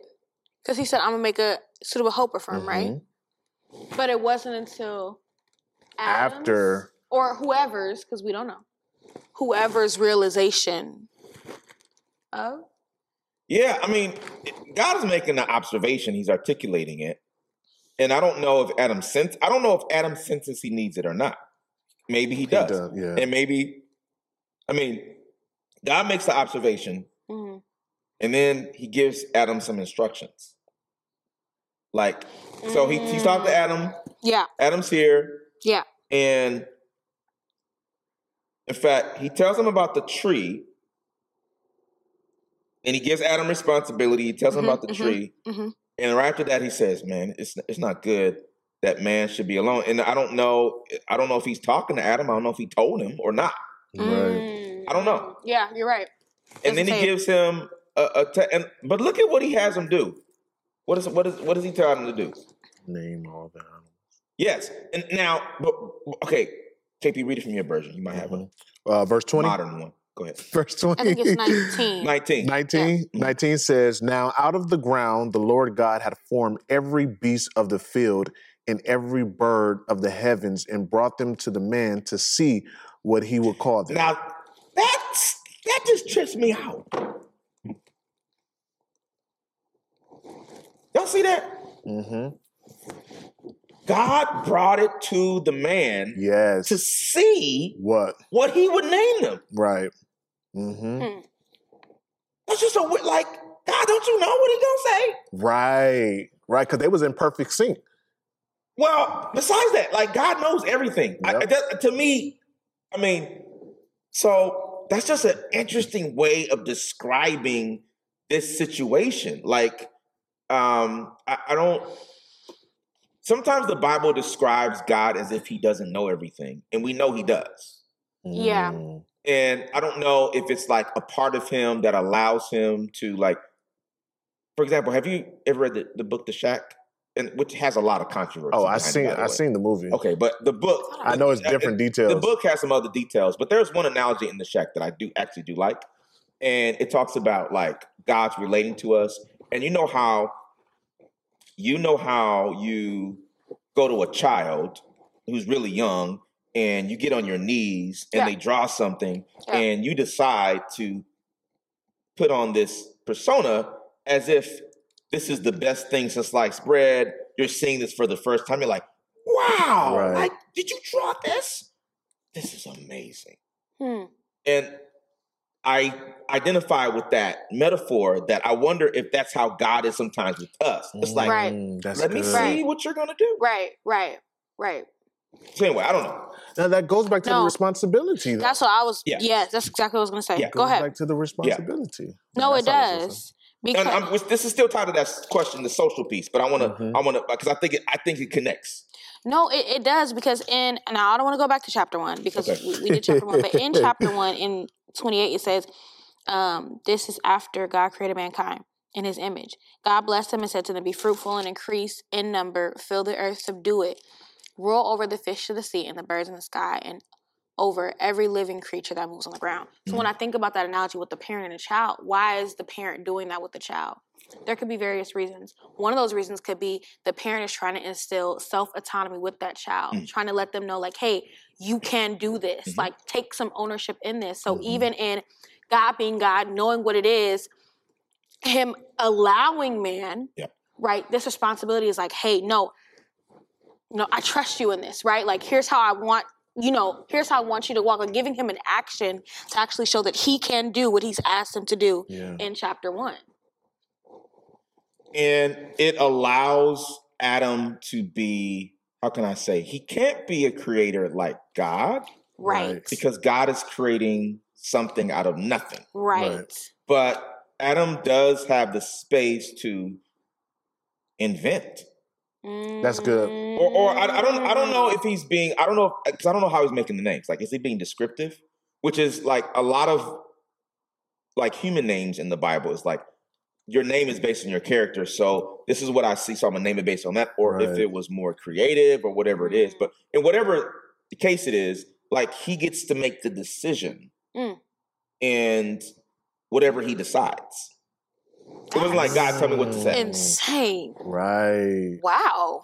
Speaker 3: because He said, "I'm gonna make a suitable helper for him," right? But it wasn't until Adam's
Speaker 4: After,
Speaker 3: or whoever's, because we don't know, whoever's realization of
Speaker 2: Yeah, I mean, God is making an observation. He's articulating it, and I don't know if Adam sense. I don't know if Adam senses he needs it or not. Maybe he does,
Speaker 4: does, yeah.
Speaker 2: and maybe, I mean, God makes the observation,
Speaker 3: Mhm.
Speaker 2: and then He gives Adam some instructions. Like, so he he's talked to Adam.
Speaker 3: yeah,
Speaker 2: Adam's here,
Speaker 3: yeah,
Speaker 2: and in fact, he tells him about the tree, and he gives Adam responsibility. He tells him about the tree.
Speaker 3: mhm.
Speaker 2: And right after that, he says, "Man, it's it's not good that man should be alone." And I don't know, I don't know if he's talking to Adam. I don't know if he told him or not.
Speaker 3: Mm.
Speaker 4: right?
Speaker 2: I don't know.
Speaker 3: yeah. You're right.
Speaker 2: And
Speaker 3: Doesn't
Speaker 2: then he
Speaker 3: say it.
Speaker 2: gives him a, a te- and, but look at what he has him do. What is what is what does he tell him to do?
Speaker 4: Name all the animals.
Speaker 2: Yes. And now, but, okay, JP, read it from your version. You might have a
Speaker 4: Uh, verse 20.
Speaker 2: modern one. Go ahead.
Speaker 4: [laughs] Verse 20.
Speaker 3: I think it's
Speaker 2: [laughs]
Speaker 3: 19.
Speaker 2: 19.
Speaker 4: 19, 19 says, Now out of the ground the Lord God had formed every beast of the field and every bird of the heavens and brought them to the man to see what he would call them.
Speaker 2: Now that's that just trips me out. Y'all see that?
Speaker 4: hmm
Speaker 2: God brought it to the man
Speaker 4: Yes.
Speaker 2: to see
Speaker 4: What?
Speaker 2: what he would name them.
Speaker 4: Right. hmm
Speaker 3: Mm-hmm.
Speaker 2: That's just a wi- like God. Don't you know what he gonna say?
Speaker 4: Right. Right. Because they was in perfect sync.
Speaker 2: Well, besides that, like God knows everything. I-
Speaker 4: Yep.
Speaker 2: I- that- to me, I mean, so that's just an interesting way of describing this situation. Like, um, I, I don't. Sometimes the Bible describes God as if He doesn't know everything, and we know He does.
Speaker 3: Yeah.
Speaker 4: Mm.
Speaker 2: And I don't know if it's like a part of Him that allows Him to like. For example, have you ever read the, the book The Shack, and which has a lot of controversy?
Speaker 4: Oh, I
Speaker 2: behind it,
Speaker 4: seen
Speaker 2: by the
Speaker 4: I
Speaker 2: way.
Speaker 4: seen the movie.
Speaker 2: Okay, but the book.
Speaker 4: I know it's different details.
Speaker 2: The book has some other details, but there's one analogy in the shack that I do actually do like, and it talks about like God's relating to us, and you know how, you know how you go to a child who's really young, and you get on your knees and
Speaker 3: Yeah.
Speaker 2: they draw something,
Speaker 3: Yeah.
Speaker 2: and you decide to put on this persona as if this is the best thing since sliced bread. You're seeing this for the first time. You're like, wow,
Speaker 4: Right.
Speaker 2: like, did you draw this? This is amazing.
Speaker 3: Hmm.
Speaker 2: And I identify with that metaphor that I wonder if that's how God is sometimes with us. It's like,
Speaker 3: Right.
Speaker 4: Mm, That's
Speaker 2: let me
Speaker 4: good.
Speaker 2: see what you're going to do.
Speaker 3: Right, right, right.
Speaker 2: So, anyway, I don't know.
Speaker 4: Now that goes back to the
Speaker 3: No.
Speaker 4: responsibility. though.
Speaker 3: That's what I was.
Speaker 2: Yeah.
Speaker 3: Yeah, that's exactly what I was gonna say.
Speaker 2: Yeah.
Speaker 3: Go
Speaker 4: Goes
Speaker 3: ahead.
Speaker 4: Back to the responsibility.
Speaker 3: no, it
Speaker 4: That's all I was gonna say.
Speaker 3: does because
Speaker 2: And I'm, this is still tied to that question, the social piece, but I want to,
Speaker 4: Mhm.
Speaker 2: I want to, because I think it, I think it connects.
Speaker 3: no, it, it does because in and I don't want to go back to chapter one because
Speaker 2: Okay.
Speaker 3: we, we did chapter one,
Speaker 2: [laughs]
Speaker 3: but in chapter one in twenty eight it says, um, "This is after God created mankind." In his image, God blessed him and said to them, Be fruitful and increase in number, fill the earth, subdue it, rule over the fish of the sea and the birds in the sky, and over every living creature that moves on the ground. So when I think about that analogy with the parent and a child, why is the parent doing that with the child? There could be various reasons. One of those reasons could be the parent is trying to instill self autonomy with that child, trying to let them know, like, hey, you can do this, like, take some ownership in this. So even in God being God, knowing what it is, Him allowing man,
Speaker 2: Yep.
Speaker 3: right, this responsibility is like, hey, no, no, I trust you in this, right? Like, here's how I want, you know, here's how I want you to walk. Like, giving him an action to actually show that he can do what he's asked him to do
Speaker 4: Yeah.
Speaker 3: in chapter one.
Speaker 2: and it allows Adam to be how can I say he can't be a creator like God
Speaker 3: Right.
Speaker 2: because God is creating something out of nothing.
Speaker 3: Right.
Speaker 4: Right.
Speaker 2: But Adam does have the space to invent
Speaker 3: Mm-hmm.
Speaker 4: That's good.
Speaker 2: Or, or I, I don't, I don't know if he's being, I don't know, because I don't know how he's making the names. Like, is he being descriptive? Which is like a lot of like human names in the Bible is like your name is based on your character. So this is what I see. So I'm gonna name it based on that. Or if
Speaker 4: Right.
Speaker 2: it was more creative or whatever it is. But in whatever the case it is, like he gets to make the decision
Speaker 3: Mm.
Speaker 2: and whatever he decides. It wasn't like God tell me what to say.
Speaker 3: Insane.
Speaker 4: Right.
Speaker 3: Wow.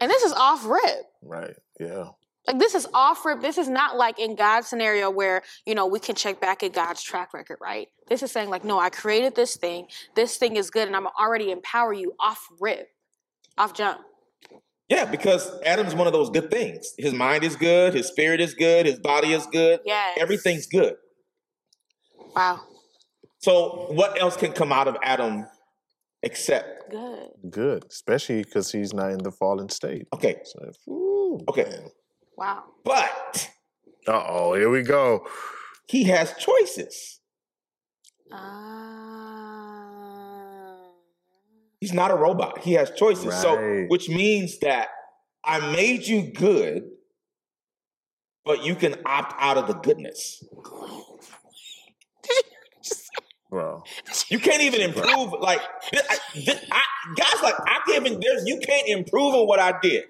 Speaker 3: And this is off rip.
Speaker 4: Right. Yeah.
Speaker 3: Like this is off rip. This is not like in God's scenario where, you know, we can check back at God's track record, right? This is saying like, no, I created this thing. This thing is good and I'm already empower you off rip. Off jump.
Speaker 2: Yeah, because Adam's one of those good things. His mind is good, his spirit is good, his body is good.
Speaker 3: Yes.
Speaker 2: Everything's good.
Speaker 3: Wow.
Speaker 2: So what else can come out of Adam except
Speaker 3: Good.
Speaker 4: Good. Especially because he's not in the fallen state.
Speaker 2: okay,
Speaker 4: So,
Speaker 2: Okay.
Speaker 3: Wow.
Speaker 2: but
Speaker 4: Uh oh. Here we go.
Speaker 2: he has choices.
Speaker 3: Um, [laughs] Ah.
Speaker 2: He's not a robot. He has choices. So,
Speaker 4: Right.
Speaker 2: which means that I made you good, but you can opt out of the goodness.
Speaker 4: Bro.
Speaker 2: You can't even improve. Like, th- I, th- I, God's like, I can't even, there's, you can't improve on what I did,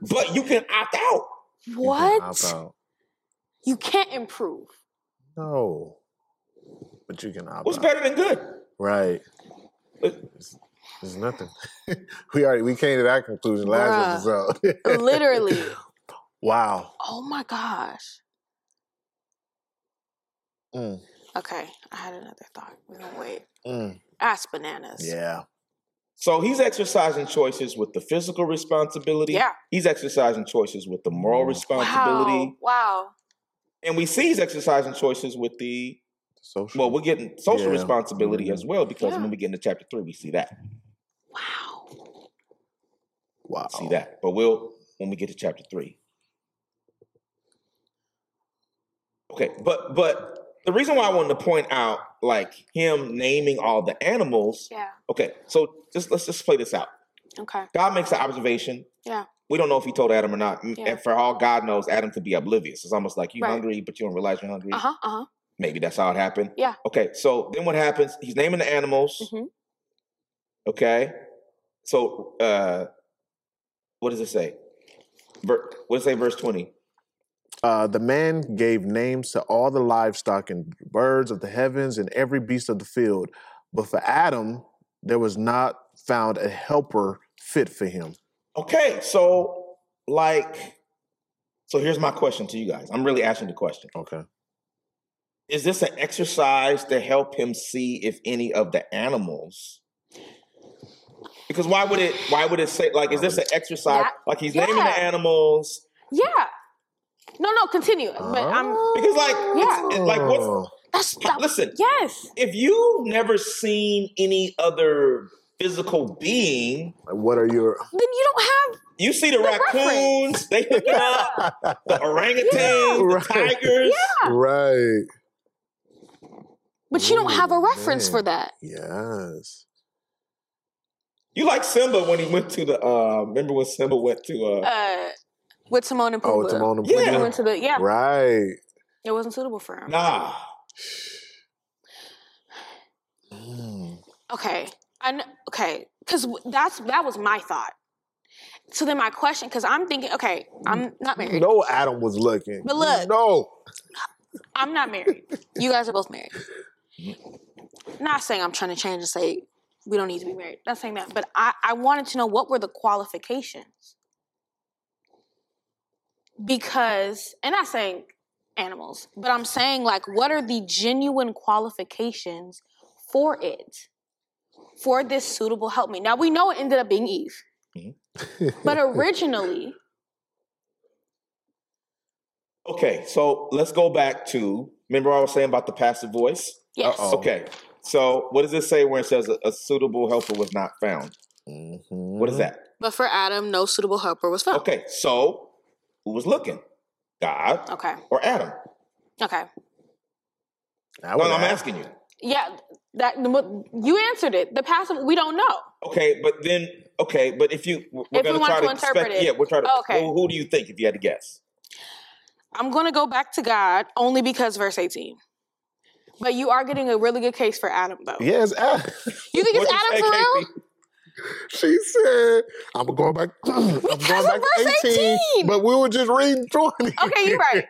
Speaker 2: but you can opt out.
Speaker 4: You can opt
Speaker 3: What?
Speaker 4: out.
Speaker 3: You can't improve.
Speaker 4: No. But you can opt
Speaker 2: What's
Speaker 4: out.
Speaker 2: better than good?
Speaker 4: Right.
Speaker 2: It-
Speaker 4: It's, it's nothing. [laughs] we already we came to that conclusion last episode. [laughs]
Speaker 3: Literally.
Speaker 4: wow.
Speaker 3: Oh my gosh.
Speaker 4: Mm,
Speaker 3: Okay. I had another thought. We're gonna wait.
Speaker 4: mm.
Speaker 3: That's bananas.
Speaker 4: Yeah.
Speaker 2: So he's exercising choices with the physical responsibility.
Speaker 3: Yeah.
Speaker 2: He's exercising choices with the moral
Speaker 4: Wow.
Speaker 2: responsibility.
Speaker 3: Wow. Wow.
Speaker 2: And we see he's exercising choices with the
Speaker 4: Social.
Speaker 2: Well, we're getting social
Speaker 4: Yeah.
Speaker 2: responsibility as well because
Speaker 3: Yeah.
Speaker 2: when we get into chapter three, we see that.
Speaker 3: Wow.
Speaker 4: wow.
Speaker 2: See that. But we'll when we get to chapter three. Okay, but but the reason why I wanted to point out like him naming all the animals.
Speaker 3: Yeah.
Speaker 2: Okay, so just let's just play this out.
Speaker 3: Okay.
Speaker 2: God makes an observation.
Speaker 3: Yeah.
Speaker 2: We don't know if he told Adam or not. M-
Speaker 3: Yeah.
Speaker 2: And for all God knows, Adam could be oblivious. It's almost like you
Speaker 3: Right.
Speaker 2: hungry, but you don't realize you're
Speaker 4: Mm.
Speaker 2: hungry.
Speaker 3: Uh huh. Uh huh.
Speaker 2: Maybe that's how it happened.
Speaker 3: Yeah.
Speaker 2: Okay, so then what happens? He's naming the animals.
Speaker 3: Mhm.
Speaker 2: Okay. So uh what does it say? Ver- what does it say verse 20?
Speaker 4: Uh, the man gave names to all the livestock and birds of the heavens and every beast of the field. But for Adam, there was not found a helper fit for him.
Speaker 2: Okay, so like so here's my question to you guys. I'm really asking the question.
Speaker 4: Okay.
Speaker 2: Is this an exercise to help him see if any of the animals because why would it why would it say like is this an exercise
Speaker 3: That-
Speaker 2: like he's naming
Speaker 3: yeah.
Speaker 2: the animals
Speaker 3: Yeah. No, no. Continue. But I'm.
Speaker 2: because like it's- it- like what's
Speaker 4: Oh,
Speaker 3: That's that,
Speaker 2: listen
Speaker 3: yes.
Speaker 2: if you've never seen any other physical being
Speaker 4: what are your
Speaker 3: Then you don't have.
Speaker 2: You see the,
Speaker 3: reference.
Speaker 2: raccoons,
Speaker 3: [laughs]
Speaker 2: they hook it up, the orangutans, the
Speaker 4: Right.
Speaker 2: tigers.
Speaker 4: right?
Speaker 3: But you don't have a
Speaker 4: Ooh,
Speaker 3: reference for
Speaker 4: man.
Speaker 3: that.
Speaker 4: Yes.
Speaker 2: You like Simba when he went to the uh remember when Simba went to uh
Speaker 3: Uh, with Simone and
Speaker 4: Oh,
Speaker 3: Pumbaa.
Speaker 4: it's Timon and
Speaker 2: Yeah.
Speaker 3: He
Speaker 4: Pumbaa.
Speaker 3: went to the yeah.
Speaker 4: Right.
Speaker 3: It wasn't suitable for him.
Speaker 2: Nah.
Speaker 4: Mm.
Speaker 3: Okay. I kn- okay, because that's that was my thought. So then my question, because I'm thinking, okay, I'm not married.
Speaker 4: No, Adam was looking.
Speaker 3: But look.
Speaker 4: no.
Speaker 3: I'm not married. You guys are both married. Not saying I'm trying to change and say we don't need to be married. Not saying that, but I, I wanted to know what were the qualifications. Because, and not saying animals, but I'm saying like, what are the genuine qualifications for it? For this suitable help me. Now we know it ended up being Eve,
Speaker 2: Mhm.
Speaker 3: but originally,
Speaker 2: Okay, so let's go back to remember what I was saying about the passive voice?
Speaker 3: yes,
Speaker 4: Uh-oh.
Speaker 2: Okay. So what does it say where it says a, a suitable helper was not found? What is
Speaker 4: Mm-hmm.
Speaker 2: that?
Speaker 3: [laughs] but for Adam, no suitable helper was found.
Speaker 2: Okay, so who was looking? God
Speaker 3: Okay,
Speaker 2: or Adam?
Speaker 3: okay.
Speaker 4: I
Speaker 2: No,
Speaker 4: would
Speaker 2: no, I'm
Speaker 4: ask-
Speaker 2: asking you.
Speaker 3: Yeah, that you answered it. The passive, we don't know.
Speaker 2: Okay, but then okay, but if you we're
Speaker 3: If we
Speaker 2: gonna
Speaker 3: want
Speaker 2: try
Speaker 3: to
Speaker 2: to
Speaker 3: interpret
Speaker 2: expect,
Speaker 3: it. Oh,
Speaker 2: yeah, we're trying to.
Speaker 3: Okay.
Speaker 2: Who, who do you think if you had to guess?
Speaker 3: I'm going to go back to God only because verse 18. But you are getting a really good case for Adam, though.
Speaker 4: Yes, ah,
Speaker 3: You think
Speaker 2: What'd
Speaker 3: it's
Speaker 2: you
Speaker 3: Adam
Speaker 2: say,
Speaker 3: for real?
Speaker 2: Casey?
Speaker 4: she said, "I'm going back. [clears throat] I'm going
Speaker 3: Because of
Speaker 4: back to
Speaker 3: verse
Speaker 4: 18,
Speaker 3: 18.
Speaker 4: But we were just reading 20.
Speaker 3: [laughs] Okay,
Speaker 2: [laughs]
Speaker 3: you're right.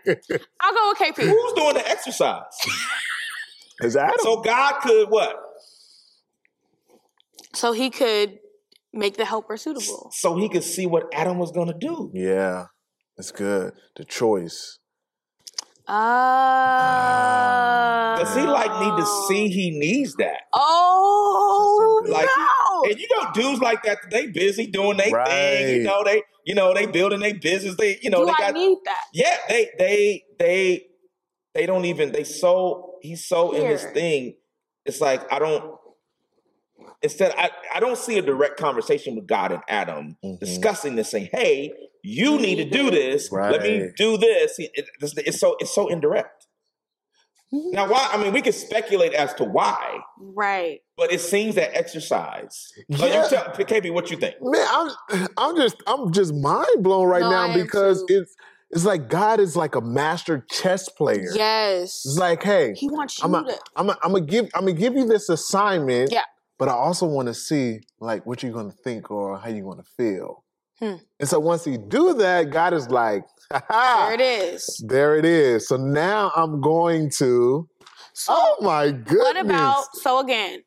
Speaker 3: I'll go with KP.
Speaker 2: Who's doing the exercise?
Speaker 4: [laughs] Is Adam?
Speaker 2: so God could what?
Speaker 3: So he could make the helper suitable.
Speaker 2: So he could see what Adam was gonna do.
Speaker 4: yeah, it's good. The choice.
Speaker 3: Uh,
Speaker 2: Ah. Does he like need to see he needs that?
Speaker 3: Oh,
Speaker 4: That's
Speaker 2: so good.
Speaker 3: no.
Speaker 2: And you know, dudes like that, they busy doing their thing.
Speaker 4: Right.
Speaker 2: You know, they you know they building their business. They you know
Speaker 3: Do
Speaker 2: they
Speaker 3: I
Speaker 2: got
Speaker 3: need that?
Speaker 2: yeah. They they they they don't even they so he's so in his
Speaker 3: Here.
Speaker 2: thing. It's like I don't. Instead, I, I don't see a direct conversation with God and Adam
Speaker 4: Mhm.
Speaker 2: discussing this, saying, "Hey, you
Speaker 3: You
Speaker 2: need to
Speaker 3: need
Speaker 2: do
Speaker 3: this."
Speaker 2: this. Let me
Speaker 4: Right.
Speaker 2: do this." It- it- it's, it's so it's so indirect.
Speaker 3: Mm-hmm.
Speaker 2: Now, why? I mean, we can speculate as to why,
Speaker 3: Right.
Speaker 2: but it seems that exercise. So
Speaker 4: Yeah.
Speaker 2: you tell KB what you
Speaker 3: [laughs]
Speaker 2: think.
Speaker 4: Man, I'm I'm just I'm just mind blown right
Speaker 3: No, I
Speaker 4: now
Speaker 3: am
Speaker 4: because
Speaker 3: too.
Speaker 4: it's it's like God is like a master chess player. It's
Speaker 3: Yes.
Speaker 4: like, hey,
Speaker 3: He wants you
Speaker 4: I'm a,
Speaker 3: to.
Speaker 4: I'm a, I'm gonna give I'm gonna give you this assignment.
Speaker 3: Yeah.
Speaker 4: But I also want to see like what you're gonna think or how you're gonna feel.
Speaker 3: Hmm.
Speaker 4: And so once you do that, God is like, [laughs] ha ha,
Speaker 3: There it
Speaker 2: Ah.
Speaker 3: is.
Speaker 4: there it is. So now I'm going to.
Speaker 3: So
Speaker 4: Oh my goodness! [laughs]
Speaker 3: What about so again,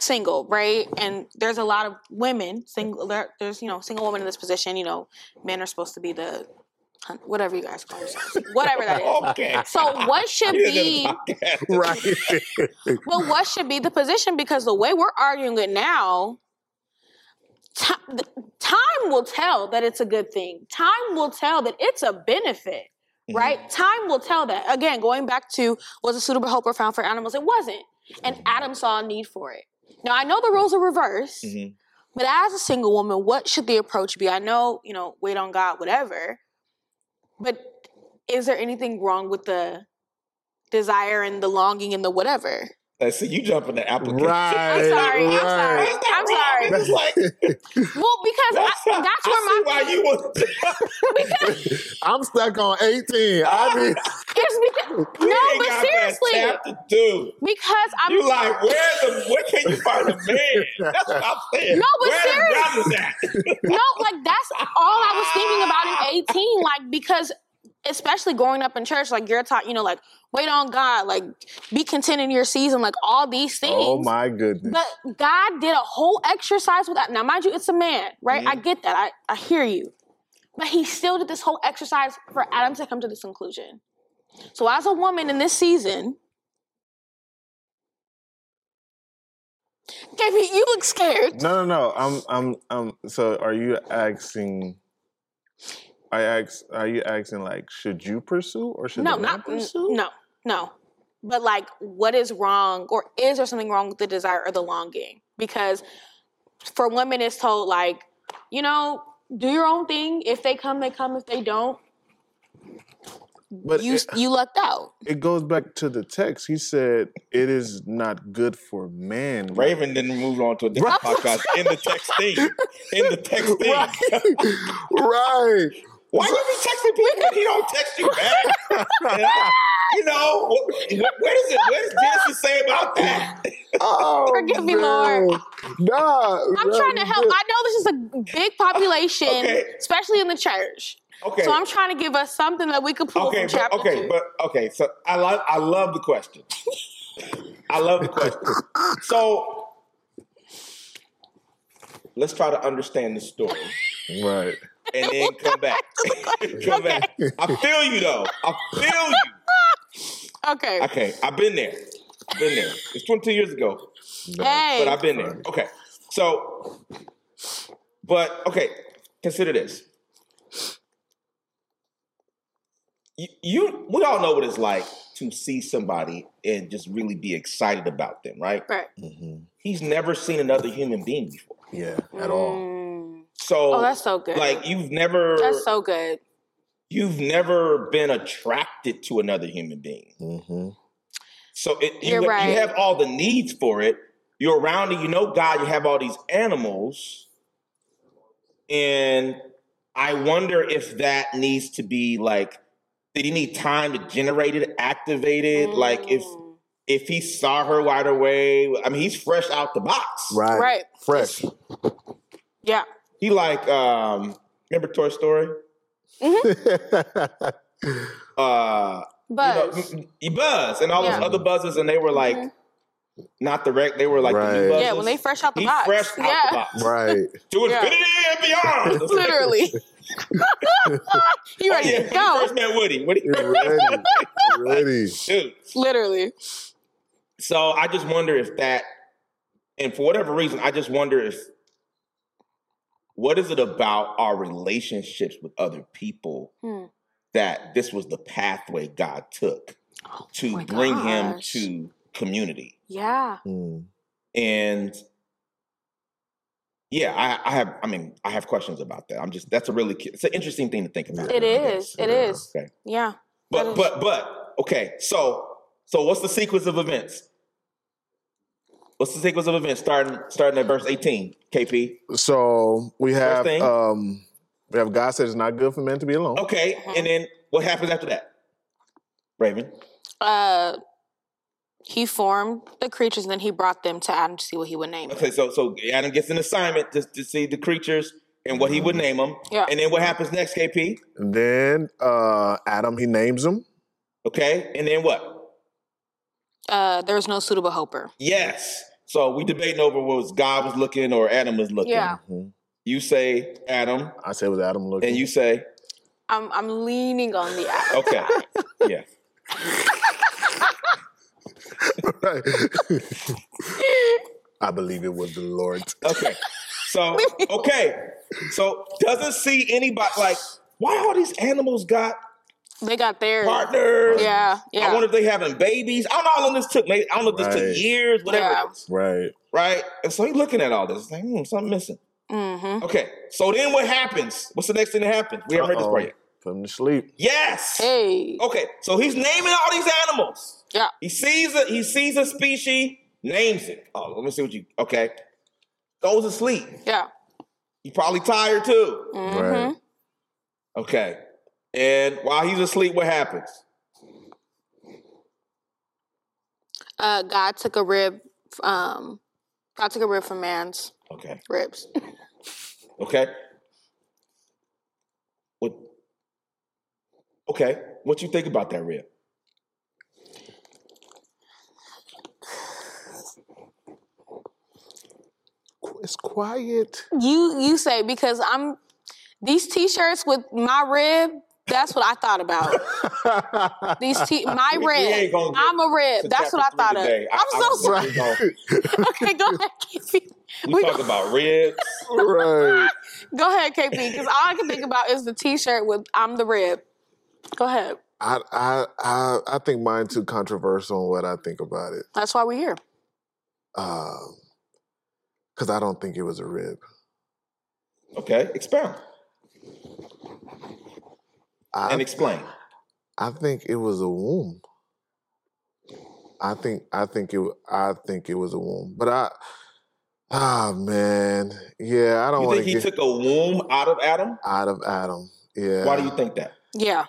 Speaker 3: single, right? And there's a lot of women single. there- There's you know single women in this position. You know, men are supposed to be the hun- whatever you guys call yourselves, whatever that is.
Speaker 2: Okay.
Speaker 3: So what should
Speaker 2: You didn't
Speaker 3: be?
Speaker 2: get the podcast.
Speaker 4: right?
Speaker 3: [laughs]
Speaker 4: [laughs]
Speaker 3: Well, what should be the position? Because the way we're arguing it now, ti- the- time will tell that it's a good thing. Time will tell that it's a benefit, right? Time will tell that. Again, going back to was a suitable helper found for animals? It wasn't. And Adam saw a need for it. Now, I know the roles are reversed,
Speaker 2: Mhm.
Speaker 3: but as a single woman, what should the approach be? I know, you know, wait on God, whatever. But is there anything wrong with the desire and the longing and the whatever?
Speaker 2: Uh, see, you jumping the application.
Speaker 4: Right.
Speaker 3: I'm sorry.
Speaker 4: right.
Speaker 3: I'm sorry. I'm
Speaker 2: It's
Speaker 3: sorry.
Speaker 2: like that's,
Speaker 3: Well, because [laughs] I, that's where
Speaker 2: I
Speaker 3: my
Speaker 2: see why you want.
Speaker 4: [laughs] I'm stuck on 18.
Speaker 3: [laughs]
Speaker 4: I mean,
Speaker 3: it's because,
Speaker 2: [laughs] you
Speaker 3: no,
Speaker 2: ain't
Speaker 3: but
Speaker 2: got
Speaker 3: seriously,
Speaker 2: that chapter two.
Speaker 3: because I'm
Speaker 2: You like where the where can you find a man? That's what I'm saying.
Speaker 3: No, but
Speaker 2: where
Speaker 3: seriously.
Speaker 2: the
Speaker 3: [laughs]
Speaker 2: brothers at?
Speaker 3: [laughs] no, like that's all I was thinking about in
Speaker 2: [laughs]
Speaker 3: 18, like because especially growing up in church, like you're taught, you know, like wait on God, like be content in your season, like all these things.
Speaker 4: oh my goodness.
Speaker 3: But God did a whole exercise with that. Now, mind you, it's a man, right? I get that. I, I hear you. But he still did this whole exercise for Adam to come to this conclusion. So, as a woman in this season, KB, you look scared.
Speaker 4: No, no, no. I'm, I'm, I'm. So, are you asking? I ask. Are you asking like, should you pursue or should
Speaker 3: No,
Speaker 4: the man
Speaker 3: not n-
Speaker 4: pursue?
Speaker 3: no, no. But like, what is wrong, or is there something wrong with the desire or the longing? Because for women, it's told like, you know, do your own thing. If they come, they come. If they don't,
Speaker 4: But
Speaker 3: you
Speaker 4: it,
Speaker 3: you
Speaker 2: [laughs]
Speaker 3: lucked out.
Speaker 4: it goes back to the text. He said, "It is not good for man."
Speaker 2: Raven didn't move on to a different podcast in the text thing. In the text thing.
Speaker 4: Right. right.
Speaker 2: Why you be texting people when he don't text you back? you know, wh- wh- where does it? What does Genesis say about that?
Speaker 4: Oh,
Speaker 3: Forgive me, Lord.
Speaker 4: man. Nah.
Speaker 3: I'm trying to help. I know this is
Speaker 2: [laughs]
Speaker 3: a big population,
Speaker 2: Okay.
Speaker 3: especially in the church.
Speaker 2: Okay.
Speaker 3: So I'm trying to give us something that we could pull
Speaker 2: okay,
Speaker 3: from
Speaker 2: but,
Speaker 3: chapter
Speaker 2: okay,
Speaker 3: two.
Speaker 2: but okay. So I love I love the question. I love the question. So let's try to understand the story
Speaker 4: Right.
Speaker 2: and
Speaker 3: [laughs]
Speaker 2: then come back. [laughs] come back. I feel you though. I feel you.
Speaker 3: okay.
Speaker 2: Okay, I've been there. I've been there. It's 22 years ago,
Speaker 3: hey.
Speaker 2: but I've been there. Okay. So but okay, consider this. you, you we all know what it's like to see somebody and just really be excited about them, right?
Speaker 3: right.
Speaker 4: Mhm.
Speaker 2: He's never seen another human being before.
Speaker 4: Yeah. At all.
Speaker 3: Mm.
Speaker 2: So
Speaker 3: Oh, that's so good.
Speaker 2: like you've never
Speaker 3: That's so good. Mm.
Speaker 2: you've never been attracted to another human being.
Speaker 4: Mm-hmm.
Speaker 2: So it, you,
Speaker 3: You're
Speaker 2: you
Speaker 3: right.
Speaker 2: have all the needs for it. You're around it. You know God. You have all these animals, and I wonder if that needs to be like. Did he need time to generate it, activate it? Like if
Speaker 3: Mm.
Speaker 2: if he saw her wide away, I mean he's fresh out the box.
Speaker 4: Right.
Speaker 3: Right.
Speaker 4: [laughs] Fresh.
Speaker 3: Yeah.
Speaker 2: He like um remember Toy Story? Uh You
Speaker 3: Buzz.
Speaker 2: know, mm, mm, Buzz and all
Speaker 3: Yeah. Mm-hmm.
Speaker 2: those other buzzers, and they were like not the rec, they were like the new
Speaker 4: Right.
Speaker 2: buzzers.
Speaker 3: yeah, when they fresh out the
Speaker 2: he
Speaker 3: box.
Speaker 2: fresh out
Speaker 3: yeah.
Speaker 2: the
Speaker 4: [laughs]
Speaker 2: box.
Speaker 4: right.
Speaker 2: To
Speaker 3: Yeah.
Speaker 2: infinity and
Speaker 3: [laughs]
Speaker 2: beyond. It's like, [laughs]
Speaker 3: Literally. you
Speaker 2: oh,
Speaker 3: ready
Speaker 2: yeah,
Speaker 3: to
Speaker 2: he
Speaker 3: go.
Speaker 2: first met Woody. Woody
Speaker 4: Ready. Ready.
Speaker 2: Shoot.
Speaker 3: Literally.
Speaker 2: So I just wonder if that, and for whatever reason, I just wonder if what is it about our relationships with other people
Speaker 3: Hmm.
Speaker 2: that this was the pathway God took to
Speaker 3: Oh my
Speaker 2: bring him
Speaker 3: gosh.
Speaker 2: to community?
Speaker 3: Yeah.
Speaker 4: Mm.
Speaker 2: and yeah I, I have i mean i have questions about that i'm just that's a really it's an interesting thing to think about
Speaker 3: It is. It is.
Speaker 2: okay
Speaker 3: Yeah.
Speaker 2: but
Speaker 3: is-
Speaker 2: but but okay so so what's the sequence of events what's the sequence of events starting starting at verse 18 kp
Speaker 4: So we have
Speaker 2: thing.
Speaker 4: um we have God said it's not good for man to be alone.
Speaker 2: okay and then what happens after that raven
Speaker 3: Uh, he formed the creatures and then he brought them to Adam to see what he would name. it.
Speaker 2: okay so so adam gets an assignment to, to see the creatures and what he would name them
Speaker 3: Mm-hmm. Yeah.
Speaker 2: and then what happens next kp
Speaker 4: And then uh Adam he names him.
Speaker 2: okay and then what
Speaker 3: Uh, there was no suitable helper.
Speaker 2: Yes. So we debating over was God was looking or Adam was looking.
Speaker 3: Yeah.
Speaker 4: Mhm.
Speaker 2: You say Adam,
Speaker 4: I said it was Adam
Speaker 2: Mm-hmm.
Speaker 4: looking.
Speaker 2: and you say
Speaker 3: I'm I'm leaning on the Adam. [laughs]
Speaker 2: okay, yeah.
Speaker 4: right. [laughs] I believe it was the Lord.
Speaker 2: Okay.
Speaker 3: [laughs]
Speaker 2: So okay. So doesn't see anybody like why all these animals got
Speaker 3: They got theirs.
Speaker 2: partners?
Speaker 3: Yeah.
Speaker 2: I
Speaker 3: Yeah.
Speaker 2: wonder if they having babies. I don't know how long this took. Maybe, I don't know if this
Speaker 4: Right.
Speaker 2: took years, whatever. it
Speaker 3: Yeah.
Speaker 2: is,
Speaker 4: Right.
Speaker 2: Right. And so he's looking at all this, like, hmm, something missing.
Speaker 3: mm-hmm.
Speaker 2: Okay. So then what happens? What's the next thing that happens? We haven't heard this
Speaker 4: Uh-oh.
Speaker 2: part yet.
Speaker 4: Put him to sleep.
Speaker 2: Yes.
Speaker 3: Mm. Hey.
Speaker 2: Okay, so he's naming all these animals.
Speaker 3: Yeah.
Speaker 2: He sees a he sees a species, names it. Oh, let me see what you okay. Goes to sleep.
Speaker 3: Yeah.
Speaker 2: He's probably tired too.
Speaker 3: Mm-hmm.
Speaker 4: Right.
Speaker 2: Okay. And while he's asleep, what happens?
Speaker 3: Uh, God took a rib. Um, God took a rib from man's
Speaker 2: Okay.
Speaker 3: ribs.
Speaker 2: Okay. What okay. What you think about that rib?
Speaker 4: It's quiet.
Speaker 3: [laughs] You you say because I'm these t-shirts with my rib. That's what I thought about.
Speaker 4: [laughs]
Speaker 3: These t my
Speaker 2: [laughs] We- we
Speaker 3: rib.
Speaker 2: ain't gonna get
Speaker 3: I'm a rib.
Speaker 2: to
Speaker 3: That's what I
Speaker 2: chapter
Speaker 3: thought
Speaker 2: three
Speaker 3: of.
Speaker 2: today. I- I
Speaker 3: I'm so
Speaker 2: was
Speaker 3: sorry.
Speaker 2: like,
Speaker 4: sorry.
Speaker 3: Okay, go ahead, KP. [laughs]
Speaker 2: We, talk about ribs. [laughs]
Speaker 4: right.
Speaker 3: Go ahead, KP, because all I can think about is the t-shirt with I'm the rib. Go ahead.
Speaker 4: I, I I I think mine too controversial on what I think about it.
Speaker 3: That's why we're here.
Speaker 4: Um 'cause because I don't think it was a rib.
Speaker 2: Okay, expound
Speaker 4: I
Speaker 2: and explain.
Speaker 4: I think it was a womb. I think I think it I think it was a womb. But I ah man. Yeah, I don't
Speaker 2: You
Speaker 4: want
Speaker 2: think
Speaker 4: to
Speaker 2: he
Speaker 4: get
Speaker 2: took a womb out of Adam?
Speaker 4: out of Adam. Yeah.
Speaker 2: Why do you think that?
Speaker 3: Yeah.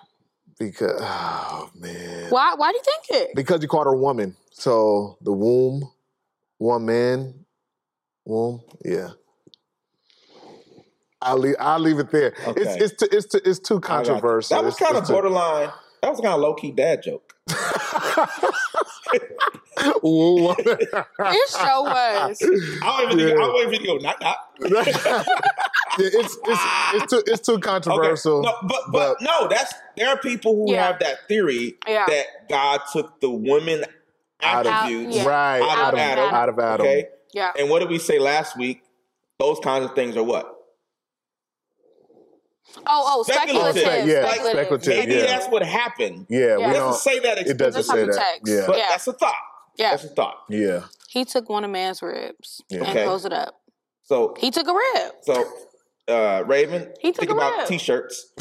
Speaker 4: because [sighs] oh man.
Speaker 3: Why why do you think it?
Speaker 4: Because you called her woman. So the womb, woman, womb, yeah. I'll leave, I'll leave it there. It's
Speaker 2: Okay.
Speaker 4: it's too, it's too, it's too
Speaker 2: I got you.
Speaker 4: controversial.
Speaker 2: That was
Speaker 4: It's-
Speaker 2: kind of
Speaker 4: it's too-
Speaker 2: borderline. That was kind of low key dad joke.
Speaker 4: [laughs] Womb, woman. [laughs]
Speaker 3: It sure was.
Speaker 2: I don't even. Think,
Speaker 4: Yeah.
Speaker 2: I don't even think you go knock knock.
Speaker 4: yeah, it's it's it's too it's too
Speaker 2: Okay.
Speaker 4: controversial.
Speaker 2: no, but, but
Speaker 4: but-
Speaker 2: no, that's there are people who
Speaker 3: Yeah.
Speaker 2: have that theory
Speaker 3: Yeah.
Speaker 2: that God took the woman
Speaker 4: Out of-
Speaker 2: attributes
Speaker 3: Yeah.
Speaker 4: Right
Speaker 2: Out of
Speaker 4: out, of
Speaker 3: Adam.
Speaker 4: out of Adam.
Speaker 2: Okay.
Speaker 3: Yeah.
Speaker 2: And what did we say last week? Those kinds of things are what.
Speaker 3: Oh, oh, speculative.
Speaker 2: Speculative.
Speaker 4: Oh, spe- yeah,
Speaker 3: speculative.
Speaker 4: speculative,
Speaker 2: Maybe
Speaker 4: yeah.
Speaker 2: that's what happened.
Speaker 4: Yeah,
Speaker 3: Yeah.
Speaker 2: It
Speaker 4: we
Speaker 2: doesn't
Speaker 4: don't.
Speaker 2: say that.
Speaker 4: It doesn't
Speaker 3: That's
Speaker 4: say
Speaker 3: on the
Speaker 4: that.
Speaker 3: text.
Speaker 4: Yeah,
Speaker 2: But
Speaker 3: Yeah.
Speaker 2: that's a thought.
Speaker 3: Yeah.
Speaker 2: That's a thought. [laughs]
Speaker 4: yeah.
Speaker 3: He took one of man's ribs
Speaker 4: Yeah.
Speaker 3: and
Speaker 2: Okay.
Speaker 3: closed it up.
Speaker 2: So
Speaker 3: He took a rib.
Speaker 2: so uh, Raven,
Speaker 3: He took
Speaker 2: think
Speaker 3: a
Speaker 2: about
Speaker 3: lap.
Speaker 4: [laughs]
Speaker 2: t-shirts.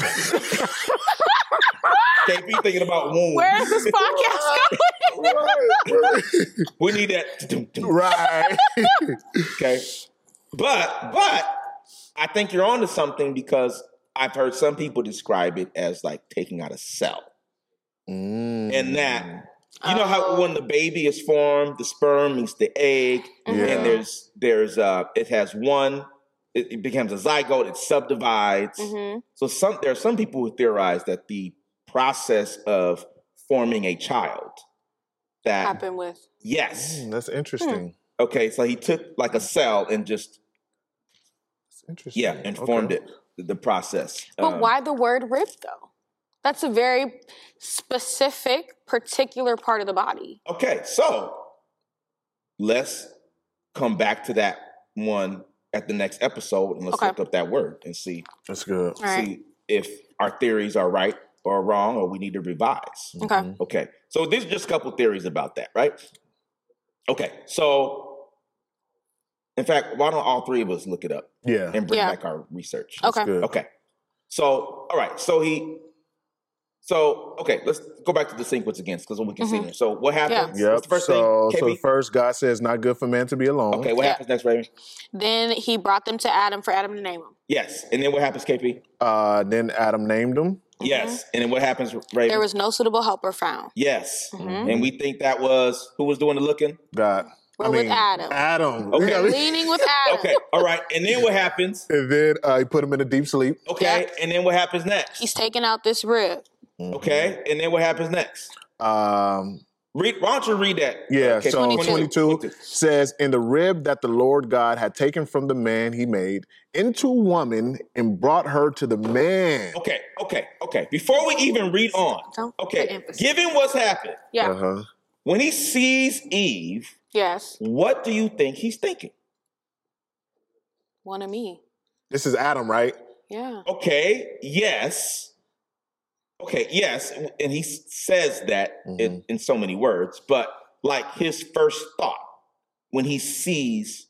Speaker 2: Can't be thinking about wounds.
Speaker 3: Where is this podcast going?
Speaker 2: We need that.
Speaker 4: [laughs] right.
Speaker 2: Okay. But but I think you're onto something because I've heard some people describe it as like taking out a cell.
Speaker 4: Mm. Mm-hmm.
Speaker 2: And that you know how when the baby is formed, the sperm meets the egg,
Speaker 4: Yeah.
Speaker 2: and there's there's uh it has one, it, it becomes a zygote, it subdivides.
Speaker 4: Mm-hmm.
Speaker 3: Mhm.
Speaker 2: So some there are some people who theorize that the process of forming a child that
Speaker 3: Happened with
Speaker 2: yes.
Speaker 4: Mm, that's interesting.
Speaker 2: Okay, so he took like a cell and just
Speaker 4: That's interesting.
Speaker 2: Yeah, and formed it. The, the process.
Speaker 3: But
Speaker 2: Um,
Speaker 3: why the word rib though? That's a very specific, particular part of the body.
Speaker 2: Okay, so let's come back to that one at the next episode and let's
Speaker 3: Okay.
Speaker 2: look up that word and see
Speaker 4: That's good.
Speaker 3: All right.
Speaker 2: see if our theories are right or wrong or we need to revise.
Speaker 3: Okay.
Speaker 4: Mhm.
Speaker 2: Okay, so these are just a couple theories about that, right? Okay, so in fact, why don't all three of us look it up
Speaker 4: Yeah.
Speaker 2: and bring
Speaker 3: Yeah.
Speaker 2: back our research?
Speaker 3: Okay.
Speaker 4: Good.
Speaker 2: Okay. So, all right. So he. So okay, let's go back to the sequence again because we can
Speaker 3: Mm-hmm.
Speaker 2: see them. So what happens?
Speaker 4: Yep.
Speaker 2: What's the first
Speaker 4: so,
Speaker 2: thing.
Speaker 4: so
Speaker 2: KB?
Speaker 4: the first God says, "Not good for man to be alone."
Speaker 2: okay. What
Speaker 3: Yeah.
Speaker 2: happens next, Raven?
Speaker 3: Then he brought them to Adam for Adam to name them.
Speaker 2: Yes. And then what happens, KP?
Speaker 3: Mm-hmm.
Speaker 4: Uh, then Adam named him.
Speaker 2: Yes. And then what happens, Raven?
Speaker 3: There was no suitable helper found.
Speaker 2: yes.
Speaker 3: Mhm.
Speaker 2: And we think that was who was doing the looking.
Speaker 4: God.
Speaker 3: We're
Speaker 4: I
Speaker 3: with
Speaker 4: mean,
Speaker 3: Adam.
Speaker 4: Adam.
Speaker 2: Okay.
Speaker 4: Yeah, I mean-
Speaker 3: Leaning
Speaker 2: [laughs]
Speaker 3: with Adam.
Speaker 2: Okay. all right. And then what happens?
Speaker 4: and then uh, he put him in a deep sleep.
Speaker 2: Okay. And then what happens next?
Speaker 3: He's taking out this rib.
Speaker 2: Okay. Uh, And then what happens next?
Speaker 4: Mm-hmm. Um,
Speaker 2: Read. Why don't you read that?
Speaker 4: yeah.
Speaker 2: uh, KP?
Speaker 4: so
Speaker 3: 22.
Speaker 4: 22 says, "In the rib that the Lord God had taken from the man, He made into woman and brought her to the man."
Speaker 2: Okay. Okay. Okay. Before we even read on.
Speaker 3: Don't put
Speaker 2: Okay.
Speaker 3: emphasis.
Speaker 2: Given what's happened.
Speaker 3: Yeah.
Speaker 4: Uh huh.
Speaker 2: When he sees Eve,
Speaker 3: Yes.
Speaker 2: what do you think he's thinking?
Speaker 3: One of me.
Speaker 4: This is Adam, right?
Speaker 3: Yeah.
Speaker 2: Okay, yes. Okay, yes. And he s- says that
Speaker 4: Mm-hmm.
Speaker 2: in, in so many words, but like his first thought when he sees,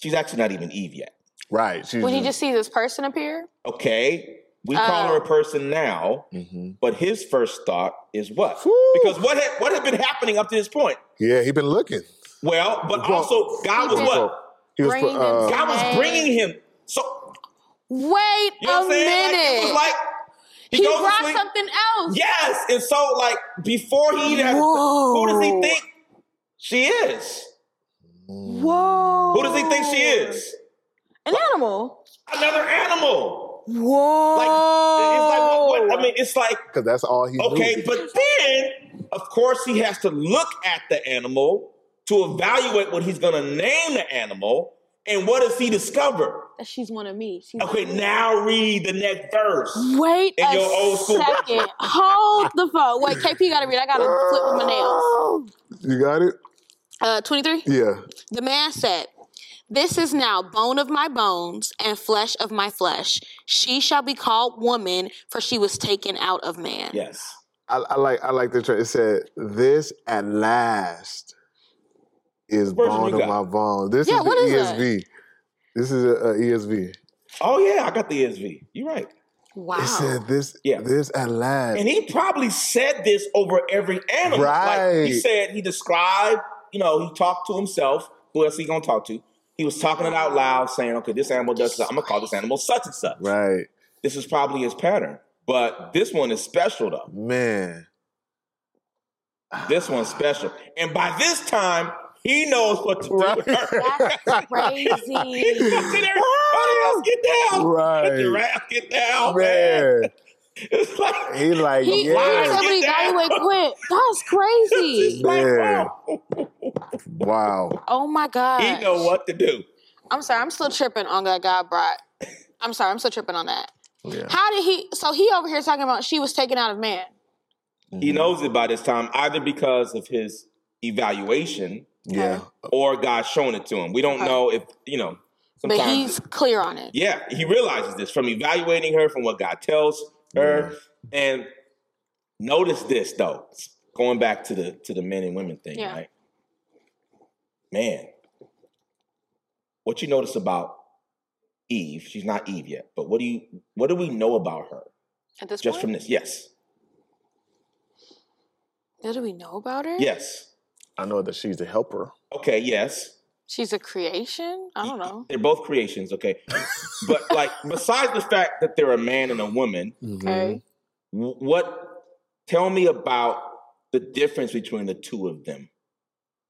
Speaker 2: she's actually not even Eve yet.
Speaker 4: Right. She's
Speaker 2: Mm-hmm.
Speaker 3: When he just sees this person appear,
Speaker 2: Okay, we call
Speaker 3: Oh.
Speaker 2: her a person now,
Speaker 4: Mhm.
Speaker 2: but his first thought is what?
Speaker 4: Whew.
Speaker 2: Because what had, what had been happening up to this point?
Speaker 4: Yeah, he been looking.
Speaker 2: Well, but
Speaker 4: Well,
Speaker 2: also God was
Speaker 3: He
Speaker 2: what?
Speaker 4: So he was.
Speaker 3: Bringing
Speaker 4: uh,
Speaker 3: him-
Speaker 2: God was bringing him. So
Speaker 3: wait
Speaker 2: You know what
Speaker 3: a
Speaker 2: I'm saying? Like, it
Speaker 3: minute.
Speaker 2: was like he,
Speaker 3: he
Speaker 2: goes to
Speaker 3: brought
Speaker 2: sleep.
Speaker 3: something else.
Speaker 2: Yes, and so like before he even has, who does he
Speaker 3: Whoa.
Speaker 2: think she is?
Speaker 3: Whoa.
Speaker 2: Who does he think she is?
Speaker 3: An animal.
Speaker 2: Another animal.
Speaker 3: Whoa.
Speaker 2: Like it's like what, what? I mean, it's like
Speaker 4: because that's all he
Speaker 2: okay,
Speaker 4: knew.
Speaker 2: but then of course he has to look at the animal to evaluate what he's gonna name the animal, and what does he discover?
Speaker 3: That she's one of me. She's
Speaker 2: Okay, now read the next verse.
Speaker 3: Wait
Speaker 2: In
Speaker 3: a
Speaker 2: your old school
Speaker 3: second. Hold the phone. Wait, KP got to read. I got to flip my nails.
Speaker 4: You got it?
Speaker 3: Uh, 23.
Speaker 4: Yeah.
Speaker 3: The man said, This is now bone of my bones and flesh of my flesh. She shall be called woman, for she was taken out of man.
Speaker 2: Yes.
Speaker 4: I, I like I like the track. It said, This at last is
Speaker 2: Version
Speaker 4: bone
Speaker 2: you
Speaker 4: of
Speaker 2: got.
Speaker 4: my bone. This
Speaker 3: Yeah,
Speaker 4: is the
Speaker 3: what is that?
Speaker 4: ESV. This is a, E a ESV.
Speaker 2: Oh yeah, I got the ESV. You're right.
Speaker 3: Wow.
Speaker 4: It said this
Speaker 2: Yeah.
Speaker 4: this at last.
Speaker 2: And he probably said this over every animal. Like he
Speaker 4: Right.
Speaker 2: said, he described, you know, he talked to himself. Who else he gonna talk to? He was talking it out loud, saying, okay, this animal does I'm gonna call this animal such and such.
Speaker 4: right.
Speaker 2: This is probably his pattern. But this one is special though.
Speaker 4: Man.
Speaker 2: This one's special. And by this time, he knows what to do with her. [laughs]
Speaker 3: That's
Speaker 2: He
Speaker 3: crazy.
Speaker 2: looks at everybody else, get down. Let the
Speaker 4: Right.
Speaker 2: giraffe get down, man.
Speaker 4: Man.
Speaker 2: It's like,
Speaker 4: He like,
Speaker 3: He
Speaker 2: Why?
Speaker 4: yeah.
Speaker 2: Get
Speaker 3: actually
Speaker 2: down.
Speaker 3: evaluate quick. That's
Speaker 2: it's
Speaker 3: crazy.
Speaker 2: like,
Speaker 4: Man.
Speaker 2: wow. [laughs]
Speaker 4: Wow.
Speaker 3: Oh my
Speaker 2: He
Speaker 3: God.
Speaker 2: know what to do.
Speaker 3: I'm sorry. I'm still tripping on that God brought. I'm sorry. I'm still tripping on that.
Speaker 4: Yeah.
Speaker 3: How did he? So he over here talking about she was taken out of man. Mm-hmm.
Speaker 2: He knows it by this time, either because of his evaluation
Speaker 4: Yeah.
Speaker 2: or God showing it to him. We don't
Speaker 3: Okay.
Speaker 2: know if you know.
Speaker 3: But
Speaker 2: Sometimes,
Speaker 3: he's clear on it.
Speaker 2: yeah, he realizes this from evaluating her, from what God tells her, and notice this though. Going back to the to the men and women thing,
Speaker 3: Yeah.
Speaker 2: right? Man, what you notice about Eve. She's not Eve yet, but what do you what do we know about her
Speaker 3: At this
Speaker 2: just from
Speaker 3: point,
Speaker 2: this? Yes,
Speaker 3: what do we know about her?
Speaker 2: yes.
Speaker 4: I know that she's the helper.
Speaker 2: Okay, yes.
Speaker 3: she's a creation. I don't know.
Speaker 2: They're both creations,
Speaker 3: [laughs]
Speaker 2: okay. but like, besides the fact that they're a man and a woman,
Speaker 4: Mm-hmm.
Speaker 3: Okay,
Speaker 2: wh- what? Tell me about the difference between the two of them.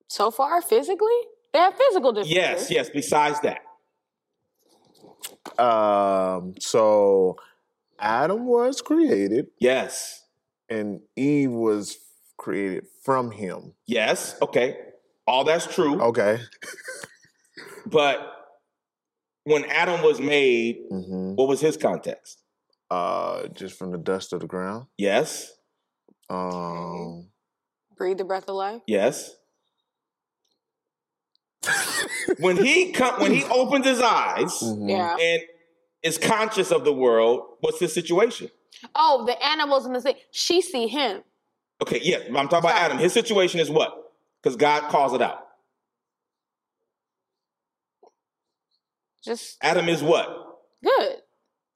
Speaker 3: so far physically, they have physical differences.
Speaker 2: Yes, yes. Besides that,
Speaker 4: Um, so Adam was created
Speaker 2: yes,
Speaker 4: and Eve was created from him.
Speaker 2: yes. Okay, all that's true.
Speaker 4: Okay.
Speaker 2: But when Adam was made,
Speaker 4: hmm
Speaker 2: what was his context?
Speaker 4: Uh, just from the dust of the ground.
Speaker 2: Yes,
Speaker 4: Um,
Speaker 3: Breathe the breath of life.
Speaker 2: yes. when he come, when he opens his eyes
Speaker 4: mhm.
Speaker 3: Yeah.
Speaker 2: and is conscious of the world, what's his situation?
Speaker 3: Oh, the animals in the sea. She see him.
Speaker 2: Okay, yeah, I'm talking about Adam. His situation is what? Because God calls it out.
Speaker 3: Just
Speaker 2: Adam is what?
Speaker 3: good.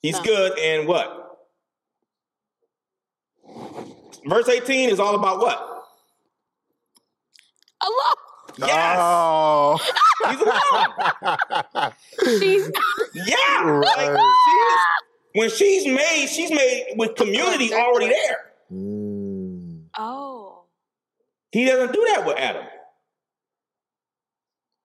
Speaker 2: He's
Speaker 3: Oh.
Speaker 2: good and what? Verse 18 is all about what? [laughs]
Speaker 3: Alone.
Speaker 2: Yes!
Speaker 4: Oh. [laughs]
Speaker 2: He's alone! [laughs]
Speaker 3: She's [laughs]
Speaker 2: Yeah.
Speaker 4: Right.
Speaker 2: Like, she is, when she's made, she's made with community already there.
Speaker 4: Mm.
Speaker 3: oh.
Speaker 2: He doesn't do that with Adam.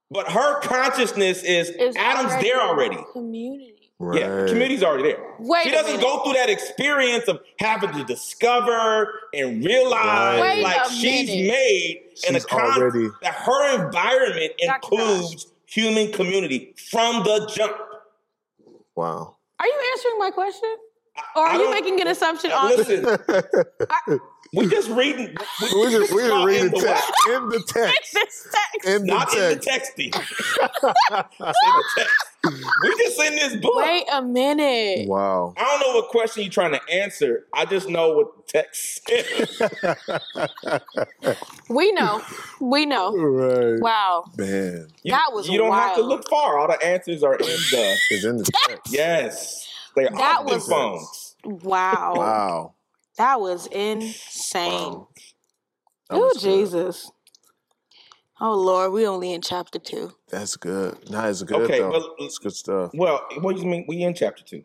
Speaker 2: But her consciousness is
Speaker 3: It's
Speaker 2: Adam's there already.
Speaker 3: Community.
Speaker 4: Right.
Speaker 2: Yeah, community's already there.
Speaker 3: Wait.
Speaker 2: she
Speaker 3: a
Speaker 2: doesn't
Speaker 3: minute.
Speaker 2: go through that experience of having to discover and realize
Speaker 4: Right. Wait
Speaker 2: like
Speaker 3: a
Speaker 2: she's
Speaker 3: minute.
Speaker 2: made in a
Speaker 4: She's
Speaker 2: con-
Speaker 4: already-
Speaker 2: that her environment
Speaker 3: Dr. Josh.
Speaker 2: includes human community from the jump. [laughs]
Speaker 4: Wow. [laughs]
Speaker 3: Are you answering my question? Or
Speaker 2: I
Speaker 3: are you
Speaker 2: don't-
Speaker 3: making an assumption on [laughs]
Speaker 2: Listen,
Speaker 4: we
Speaker 2: we just
Speaker 4: [laughs]
Speaker 2: reading. We,
Speaker 4: just we
Speaker 2: not
Speaker 4: didn't read
Speaker 2: in
Speaker 4: the
Speaker 2: the
Speaker 4: text. In the text.
Speaker 3: this text?
Speaker 4: In the
Speaker 2: Not in the
Speaker 4: text.
Speaker 2: texting. Not in the text. We just in this book.
Speaker 3: Wait a minute.
Speaker 4: [laughs] Wow.
Speaker 2: I don't know what question you're trying to answer. I just know what the text [laughs] says.
Speaker 3: We know. We know.
Speaker 4: [laughs] Right.
Speaker 3: Wow.
Speaker 4: Man.
Speaker 2: You,
Speaker 3: That was
Speaker 2: You don't have to
Speaker 3: wild.
Speaker 2: look far. All the answers are in
Speaker 4: [laughs]
Speaker 2: the.
Speaker 4: It's in the text.
Speaker 2: Yes. They're
Speaker 3: That
Speaker 2: on their
Speaker 3: was-
Speaker 2: phones.
Speaker 3: Wow.
Speaker 4: Wow.
Speaker 3: That was insane.
Speaker 4: Wow. That
Speaker 3: Oh
Speaker 4: was good.
Speaker 3: Jesus. Oh Lord, we only in chapter two.
Speaker 4: That's good. Nah, it's good
Speaker 2: Okay,
Speaker 4: though.
Speaker 2: well,
Speaker 4: it's good stuff.
Speaker 2: Well, what do you mean? We in chapter two.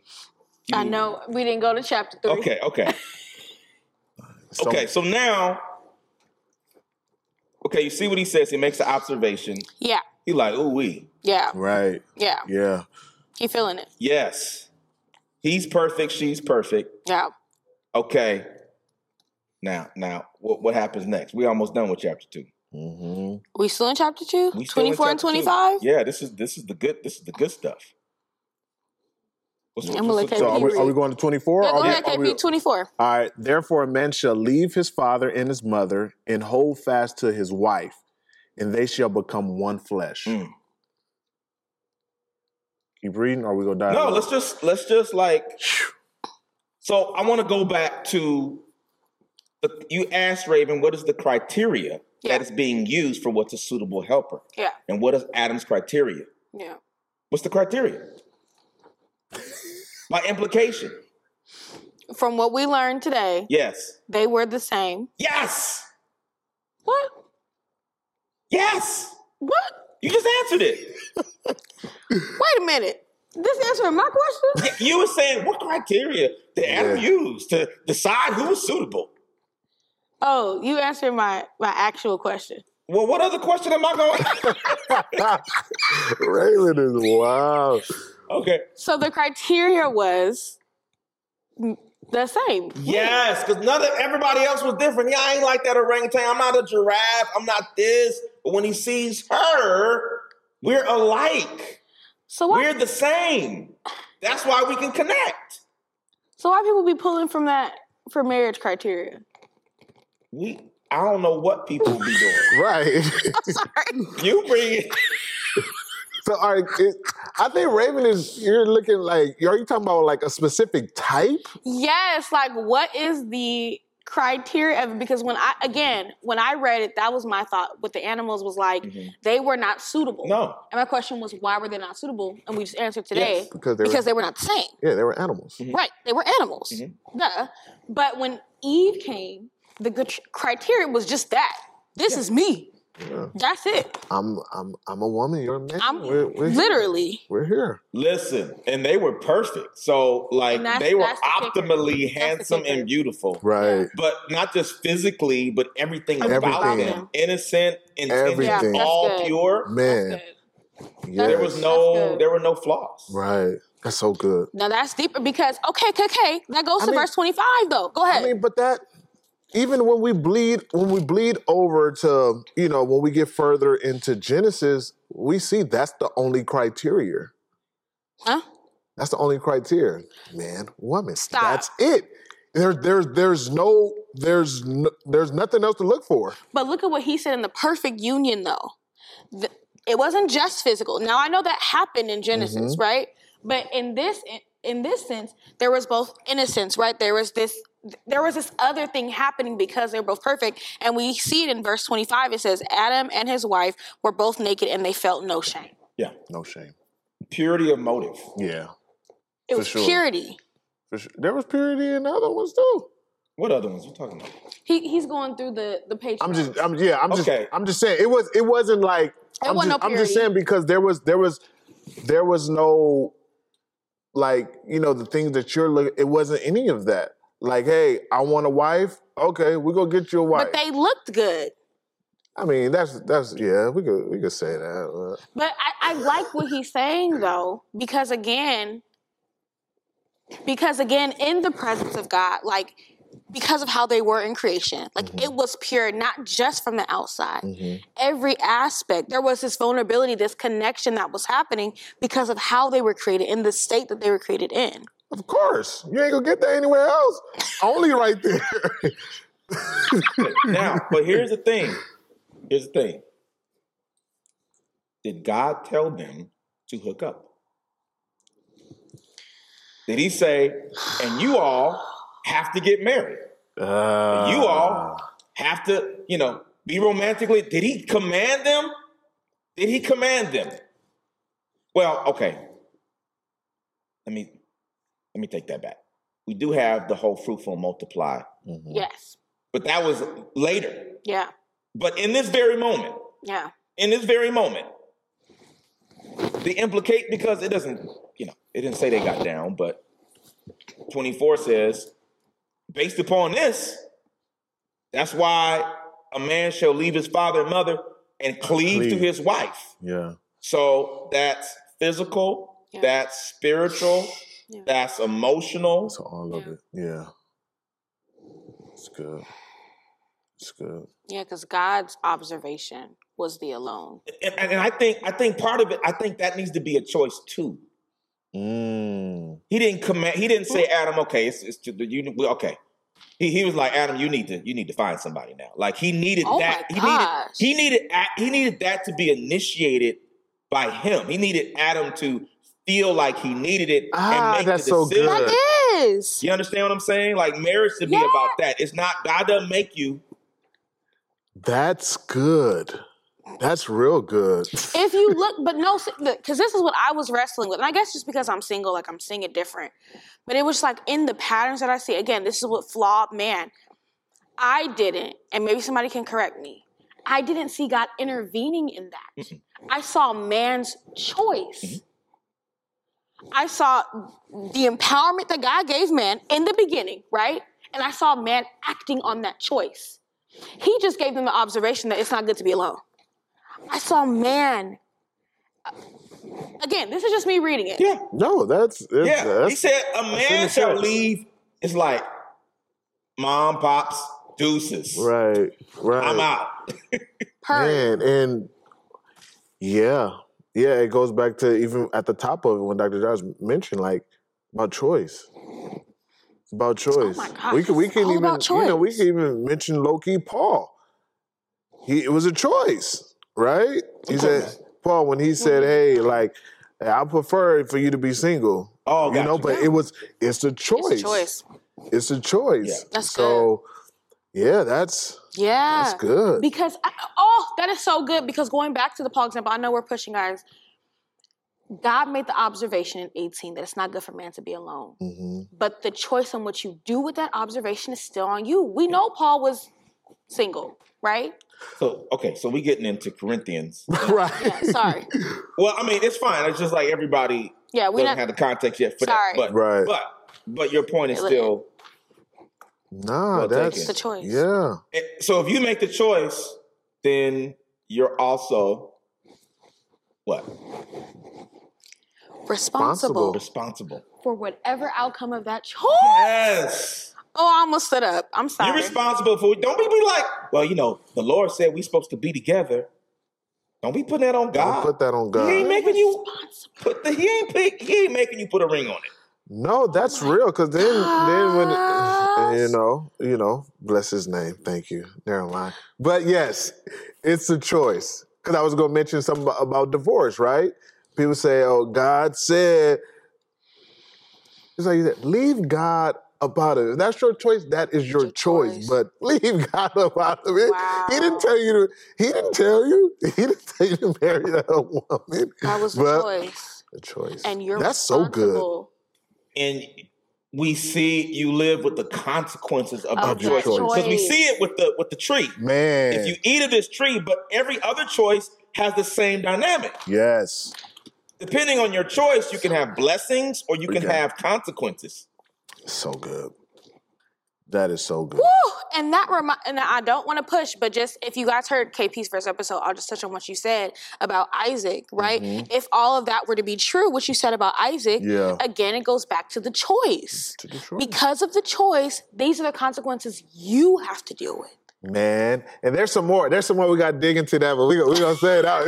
Speaker 3: I know we didn't go to chapter three.
Speaker 2: Okay,
Speaker 3: [laughs]
Speaker 2: okay.
Speaker 4: So-
Speaker 2: okay, so now Okay, you see what he says. He makes an observation.
Speaker 3: Yeah.
Speaker 2: He like, ooh wee.
Speaker 3: Yeah.
Speaker 4: Right.
Speaker 3: Yeah.
Speaker 4: Yeah.
Speaker 3: He feeling it.
Speaker 2: Yes. He's perfect, she's perfect.
Speaker 3: Yeah.
Speaker 2: Okay. Now, now, what, what happens next? We almost done with chapter two.
Speaker 4: hmm
Speaker 3: We still in chapter two?
Speaker 2: We still in
Speaker 3: Twenty four and
Speaker 2: chapter two.
Speaker 3: twenty five?
Speaker 2: Yeah, this is this is the good this is the good stuff. What's,
Speaker 3: I'm gonna let
Speaker 4: So are
Speaker 3: KP
Speaker 4: we, are
Speaker 3: read.
Speaker 4: we going to 24?
Speaker 3: Yeah, go
Speaker 4: Are we-
Speaker 3: ahead,
Speaker 4: are we-
Speaker 3: KP twenty four.
Speaker 4: All right. Therefore, a man shall leave his father and his mother and hold fast to his wife, and they shall become one flesh.
Speaker 2: Mm.
Speaker 4: Keep reading, or we gonna die?
Speaker 2: No, let's just let's just like. So I want to go back to the, you asked Raven, what is the criteria
Speaker 3: Yeah.
Speaker 2: that is being used for what's a suitable helper,
Speaker 3: Yeah.
Speaker 2: and what is Adam's criteria?
Speaker 3: Yeah.
Speaker 2: What's the criteria? By implication,
Speaker 3: From what we learned today,
Speaker 2: yes,
Speaker 3: they were the same.
Speaker 2: yes,
Speaker 3: What?
Speaker 2: yes.
Speaker 3: What?
Speaker 2: You just answered it.
Speaker 3: Wait a minute. This answering my question?
Speaker 2: You were saying what criteria did Adam
Speaker 4: Yeah.
Speaker 2: use to decide who was suitable?
Speaker 3: Oh, you answered my my actual question.
Speaker 2: Well, what other question am I going?
Speaker 4: [laughs] Raylan is wow.
Speaker 2: [laughs] okay.
Speaker 3: So the criteria was m- the same.
Speaker 2: Yes, because none of everybody else was different. Yeah, I ain't like that orangutan. I'm not a giraffe. I'm not this. But when he sees her, we're alike.
Speaker 3: So why
Speaker 2: We're the same. That's why we can connect.
Speaker 3: so why people be pulling from that for marriage criteria?
Speaker 2: We I don't know what people be
Speaker 3: [laughs]
Speaker 2: doing.
Speaker 4: Right. [laughs]
Speaker 2: You bring it.
Speaker 4: so, all right. It, I think Raven is. You're looking like. Are you talking about like a specific type?
Speaker 3: Yes, like what is the criteria ever because when I again when I read it, that was my thought. What the animals was like,
Speaker 2: Mhm.
Speaker 3: they were not suitable.
Speaker 2: No,
Speaker 3: And my question was, why were they not suitable? And we just answered today
Speaker 2: Yes.
Speaker 4: because they were, Mm-hmm.
Speaker 3: because they were not the same.
Speaker 4: [laughs] yeah, they were animals.
Speaker 3: Right, they were animals. Duh. But when Eve came, the good criteria was just that. This is me. That's it.
Speaker 4: I'm I'm I'm a woman. You're a man.
Speaker 3: I'm
Speaker 4: we're, we're,
Speaker 3: literally.
Speaker 4: we're here.
Speaker 2: listen, and they were perfect. So like
Speaker 3: And that's-
Speaker 2: they were
Speaker 3: that's the kicker.
Speaker 2: optimally
Speaker 3: That's the
Speaker 2: handsome
Speaker 3: kicker.
Speaker 2: and beautiful.
Speaker 4: Right.
Speaker 2: But not just physically, but everything, about
Speaker 4: Everything.
Speaker 2: them. Innocent, intense,
Speaker 4: Everything. Yeah,
Speaker 2: all
Speaker 3: that's good.
Speaker 2: pure.
Speaker 4: Man. Yes.
Speaker 2: There was
Speaker 3: That's
Speaker 2: no
Speaker 3: good.
Speaker 2: there were no flaws.
Speaker 4: Right. That's so good.
Speaker 3: Now that's deeper because okay, okay, okay. That goes
Speaker 4: I
Speaker 3: to
Speaker 4: mean-
Speaker 3: verse twenty-five though. Go
Speaker 4: I
Speaker 3: ahead.
Speaker 4: mean, but that even when we bleed when we bleed over to, you know, when we get further into Genesis, we see that's the only criteria.
Speaker 3: huh?
Speaker 4: That's the only criteria. Man, woman.
Speaker 3: Stop.
Speaker 4: That's it. There, there's there's no there's no, there's nothing else to look for.
Speaker 3: But look at what he said in the perfect union though. The- it wasn't just physical. Now I know that happened in Genesis,
Speaker 4: Mm-hmm.
Speaker 3: right? But in this in this sense, there was both innocence, right? There was this there was this other thing happening because they were both perfect, and we see it in verse twenty-five. It says Adam and his wife were both naked and they felt no shame.
Speaker 2: Yeah.
Speaker 4: No shame.
Speaker 2: Purity of motive.
Speaker 4: Yeah.
Speaker 3: It was
Speaker 4: sure.
Speaker 3: purity.
Speaker 4: For sure. There was purity in the other ones too.
Speaker 2: What other ones you talking about?
Speaker 3: He, he's going through the the page.
Speaker 4: I'm just, I'm yeah, I'm
Speaker 2: Okay.
Speaker 4: just, I'm just saying it was, it wasn't like, I'm,
Speaker 3: wasn't
Speaker 4: just,
Speaker 3: no
Speaker 4: I'm just
Speaker 3: purity.
Speaker 4: saying because there was, there was, there was no, like, you know, the things that you're looking, it wasn't any of that. Like, hey, I want a wife. Okay, we go get you a wife.
Speaker 3: but they looked good.
Speaker 4: I mean, that's that's yeah, we could we could say that. but-
Speaker 3: But I, I like what he's saying though, because again, because again, in the presence of God, like because of how they were in creation, like it was pure, not just from the outside. Every aspect, there was this vulnerability, this connection that was happening because of how they were created in the state that they were created in.
Speaker 4: Of course, you ain't gonna get that anywhere else. Only right there. [laughs]
Speaker 2: now, but here's the thing. Here's the thing. Did God tell them to hook up? Did he say, and you all have to get married? you
Speaker 4: Uh,
Speaker 2: all have to, you know, be romantically. Did he command them? Did he command them? Well, okay. Let me let me take that back. We do have the whole fruitful and multiply,
Speaker 4: mm-hmm.
Speaker 3: Yes.
Speaker 2: but that was later.
Speaker 3: Yeah.
Speaker 2: But in this very moment,
Speaker 3: Yeah.
Speaker 2: in this very moment, the implicate because it doesn't, you know, it didn't say they got down, but 24 says, based upon this, that's why a man shall leave his father and mother and cleave,
Speaker 4: Cleave.
Speaker 2: to his wife.
Speaker 4: Yeah.
Speaker 2: So that's physical,
Speaker 3: Yeah.
Speaker 2: that's spiritual,
Speaker 3: Yeah.
Speaker 2: that's emotional.
Speaker 4: So all of
Speaker 3: Yeah.
Speaker 4: it. Yeah. It's good. It's good.
Speaker 3: Yeah, because God's observation was the alone.
Speaker 2: And, and and I think I think part of it, I think that needs to be a choice too.
Speaker 4: Mm.
Speaker 2: He didn't command. He didn't say, Adam, okay, it's, it's you. we- Okay, he, he was like, Adam, you need to you need to find somebody now. Like he needed
Speaker 3: Oh my
Speaker 2: that.
Speaker 3: gosh.
Speaker 2: He needed he needed a- he needed that to be initiated by him. He needed Adam to feel like he needed it
Speaker 4: Ah,
Speaker 2: and make
Speaker 4: that's
Speaker 2: the
Speaker 4: so
Speaker 2: decision.
Speaker 4: good.
Speaker 3: That is.
Speaker 2: You understand what I'm saying? Like marriage should be
Speaker 3: Yeah.
Speaker 2: about that. It's not God doesn't make you.
Speaker 4: That's good. That's real [laughs] good.
Speaker 3: if you look, but no, because this is what I was wrestling with, and I guess just because I'm single, like I'm seeing it different. But it was like in the patterns that I see. Again, this is what flawed man. I didn't, and maybe somebody can correct me. I didn't see God intervening in that. I saw man's choice. I saw the empowerment that God gave man in the beginning, right? And I saw man acting on that choice. He just gave them the observation that it's not good to be alone. I saw man. Again, this is just me reading it.
Speaker 2: Yeah,
Speaker 4: No, that's it's,
Speaker 2: yeah.
Speaker 4: That's,
Speaker 2: he said a man
Speaker 4: it
Speaker 2: shall
Speaker 4: says.
Speaker 2: leave. It's like mom, pops, deuces.
Speaker 4: right. Right.
Speaker 2: I'm out.
Speaker 3: Purr.
Speaker 4: Man, and yeah, yeah, it goes back to even at the top of it when Dr. Josh mentioned like about choice. It's about choice.
Speaker 3: Oh my gosh,
Speaker 4: we could we
Speaker 3: it's
Speaker 4: can
Speaker 3: all
Speaker 4: even
Speaker 3: about
Speaker 4: you know we
Speaker 3: choice.
Speaker 4: can even mention Loki Paul. He it was a choice, right? He said Paul when he said,
Speaker 3: Mm-hmm.
Speaker 4: "Hey, like I prefer for you to be single."
Speaker 2: Oh,
Speaker 4: you know,
Speaker 2: gotcha.
Speaker 4: but it was it's a choice.
Speaker 3: It's a choice.
Speaker 4: It's a choice.
Speaker 2: Yeah.
Speaker 3: That's
Speaker 4: so Yeah, that's
Speaker 3: Yeah.
Speaker 4: that's good.
Speaker 3: Because I, oh, that is so good. Because going back to the Paul example, I know we're pushing ours. God made the observation in 18 that it's not good for man to be alone.
Speaker 4: [laughs] hmm
Speaker 3: But the choice on what you do with that observation is still on you. We know Paul was single, right?
Speaker 2: So okay, so we getting into Corinthians.
Speaker 4: right.
Speaker 3: Yeah, sorry.
Speaker 2: Well, I mean, it's fine. It's just like everybody
Speaker 3: Yeah, we
Speaker 2: doesn't
Speaker 3: not
Speaker 2: have the context yet for
Speaker 3: Sorry.
Speaker 2: that. But
Speaker 4: Right.
Speaker 2: but but your point is
Speaker 3: It was-
Speaker 2: still
Speaker 4: Nah,
Speaker 2: Well
Speaker 4: that's
Speaker 3: it's a
Speaker 2: taken.
Speaker 3: choice.
Speaker 4: yeah.
Speaker 2: It- eh, so if you make the choice, then you're also what
Speaker 3: Responsible
Speaker 2: responsible.
Speaker 3: for whatever outcome of that choice.
Speaker 2: Yes,
Speaker 3: Oh, I almost stood up. I'm sorry.
Speaker 2: you're responsible for. Don't be, be like, well, you know, the Lord said we're supposed to be together. Don't be putting that on
Speaker 4: Don't
Speaker 2: God.
Speaker 4: put that on
Speaker 2: Ah, He
Speaker 4: God.
Speaker 2: ain't making you
Speaker 3: Responsible.
Speaker 2: put the. He ain't pick, He ain't making you put a ring on it.
Speaker 4: No, that's
Speaker 3: Oh
Speaker 4: real. Cause then, then when
Speaker 3: Yes.
Speaker 4: you know, you know, bless his name. Thank you. Never mind. But yes, it's a choice. Cause I was gonna mention something about, about divorce, right? People say, "Oh, God said." It's like you said, leave God about it. If that's your choice. That is your,
Speaker 3: Your
Speaker 4: choice.
Speaker 3: choice.
Speaker 4: But [laughs] leave God about it.
Speaker 3: Wow.
Speaker 4: He didn't tell you to. He didn't tell you. He didn't tell you to marry that [laughs] woman.
Speaker 3: That was the
Speaker 4: But-
Speaker 3: choice.
Speaker 4: A choice.
Speaker 3: And you're
Speaker 4: that's so good.
Speaker 3: responsible
Speaker 2: And we see you live with the consequences of,
Speaker 3: Of
Speaker 2: your
Speaker 4: that
Speaker 2: choice because we
Speaker 3: choice.
Speaker 2: see it with the with the tree.
Speaker 4: Man.
Speaker 2: If you eat of this tree, but every other choice has the same dynamic.
Speaker 4: yes.
Speaker 2: depending on your choice, you can have blessings or you can
Speaker 4: Okay.
Speaker 2: have consequences.
Speaker 4: So good. That is so good.
Speaker 3: Woo! And that remind, and I don't want to push, but just if you guys heard KP's first episode, I'll just touch on what you said about Isaac, right? If all of that were to be true, what you said about Isaac,
Speaker 4: Mm-hmm. Yeah.
Speaker 3: again, it goes back to the choice.
Speaker 4: To Detroit.
Speaker 3: Because of the choice, these are the consequences you have to deal with.
Speaker 4: Man, and there's some more. There's some more we got to dig into that, but we we gonna say it out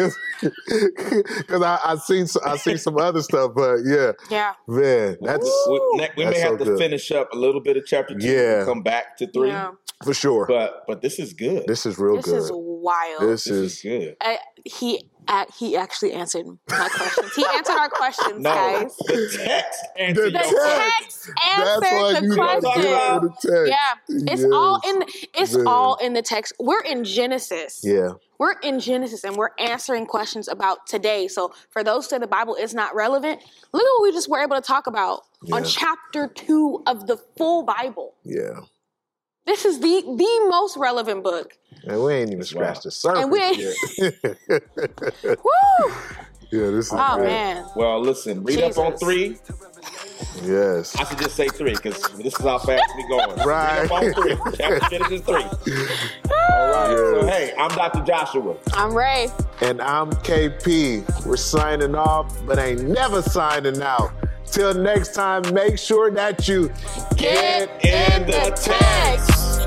Speaker 4: [laughs] because I I seen s- I seen some other stuff, but yeah,
Speaker 3: Yeah.
Speaker 4: man, that's
Speaker 2: We,
Speaker 3: Ooh.
Speaker 2: ne- we
Speaker 4: That's
Speaker 2: may
Speaker 4: so
Speaker 2: have to
Speaker 4: good.
Speaker 2: finish up a little bit of chapter two
Speaker 4: Yeah.
Speaker 2: and come back to three.
Speaker 3: Yeah.
Speaker 4: for sure.
Speaker 2: But but this is good.
Speaker 4: This is real
Speaker 3: This
Speaker 4: good.
Speaker 3: is wild.
Speaker 4: this,
Speaker 2: This is
Speaker 4: is,
Speaker 2: good.
Speaker 3: I- he a- he actually answered my questions. he answered our questions,
Speaker 2: No,
Speaker 3: guys.
Speaker 2: the
Speaker 4: [laughs]
Speaker 2: text answer your
Speaker 4: The
Speaker 3: The
Speaker 4: text.
Speaker 2: question.
Speaker 3: text
Speaker 4: that's why
Speaker 3: answered
Speaker 4: you
Speaker 3: the
Speaker 4: gotta do
Speaker 3: question.
Speaker 4: it with the text.
Speaker 3: Yeah, it's all
Speaker 4: Yes.
Speaker 3: in. It's
Speaker 4: Man.
Speaker 3: all in the text. We're in Genesis.
Speaker 4: Yeah,
Speaker 3: We're in Genesis, and we're answering questions about today. So for those who say the Bible is not relevant, look at what we just were able to talk about on
Speaker 4: Yeah.
Speaker 3: chapter two of the full Bible.
Speaker 4: yeah,
Speaker 3: This is the the most relevant book.
Speaker 4: and we ain't even
Speaker 2: wild.
Speaker 4: scratched the surface.
Speaker 3: And we- [laughs]
Speaker 4: yet. [laughs]
Speaker 3: Woo!
Speaker 4: yeah, this is
Speaker 3: Oh
Speaker 4: good.
Speaker 3: man,
Speaker 2: Well, listen, read up on
Speaker 3: Jesus.
Speaker 2: three.
Speaker 4: Yes,
Speaker 2: I should just say three because this is how fast we going.
Speaker 4: Right.
Speaker 2: Read up on three. Chapter finishes three. All right. So, hey, I'm Dr. Joshua.
Speaker 3: I'm Ray.
Speaker 4: and I'm KP. We're signing off, but ain't never signing out. Till next time, make sure that you
Speaker 3: Get in the text.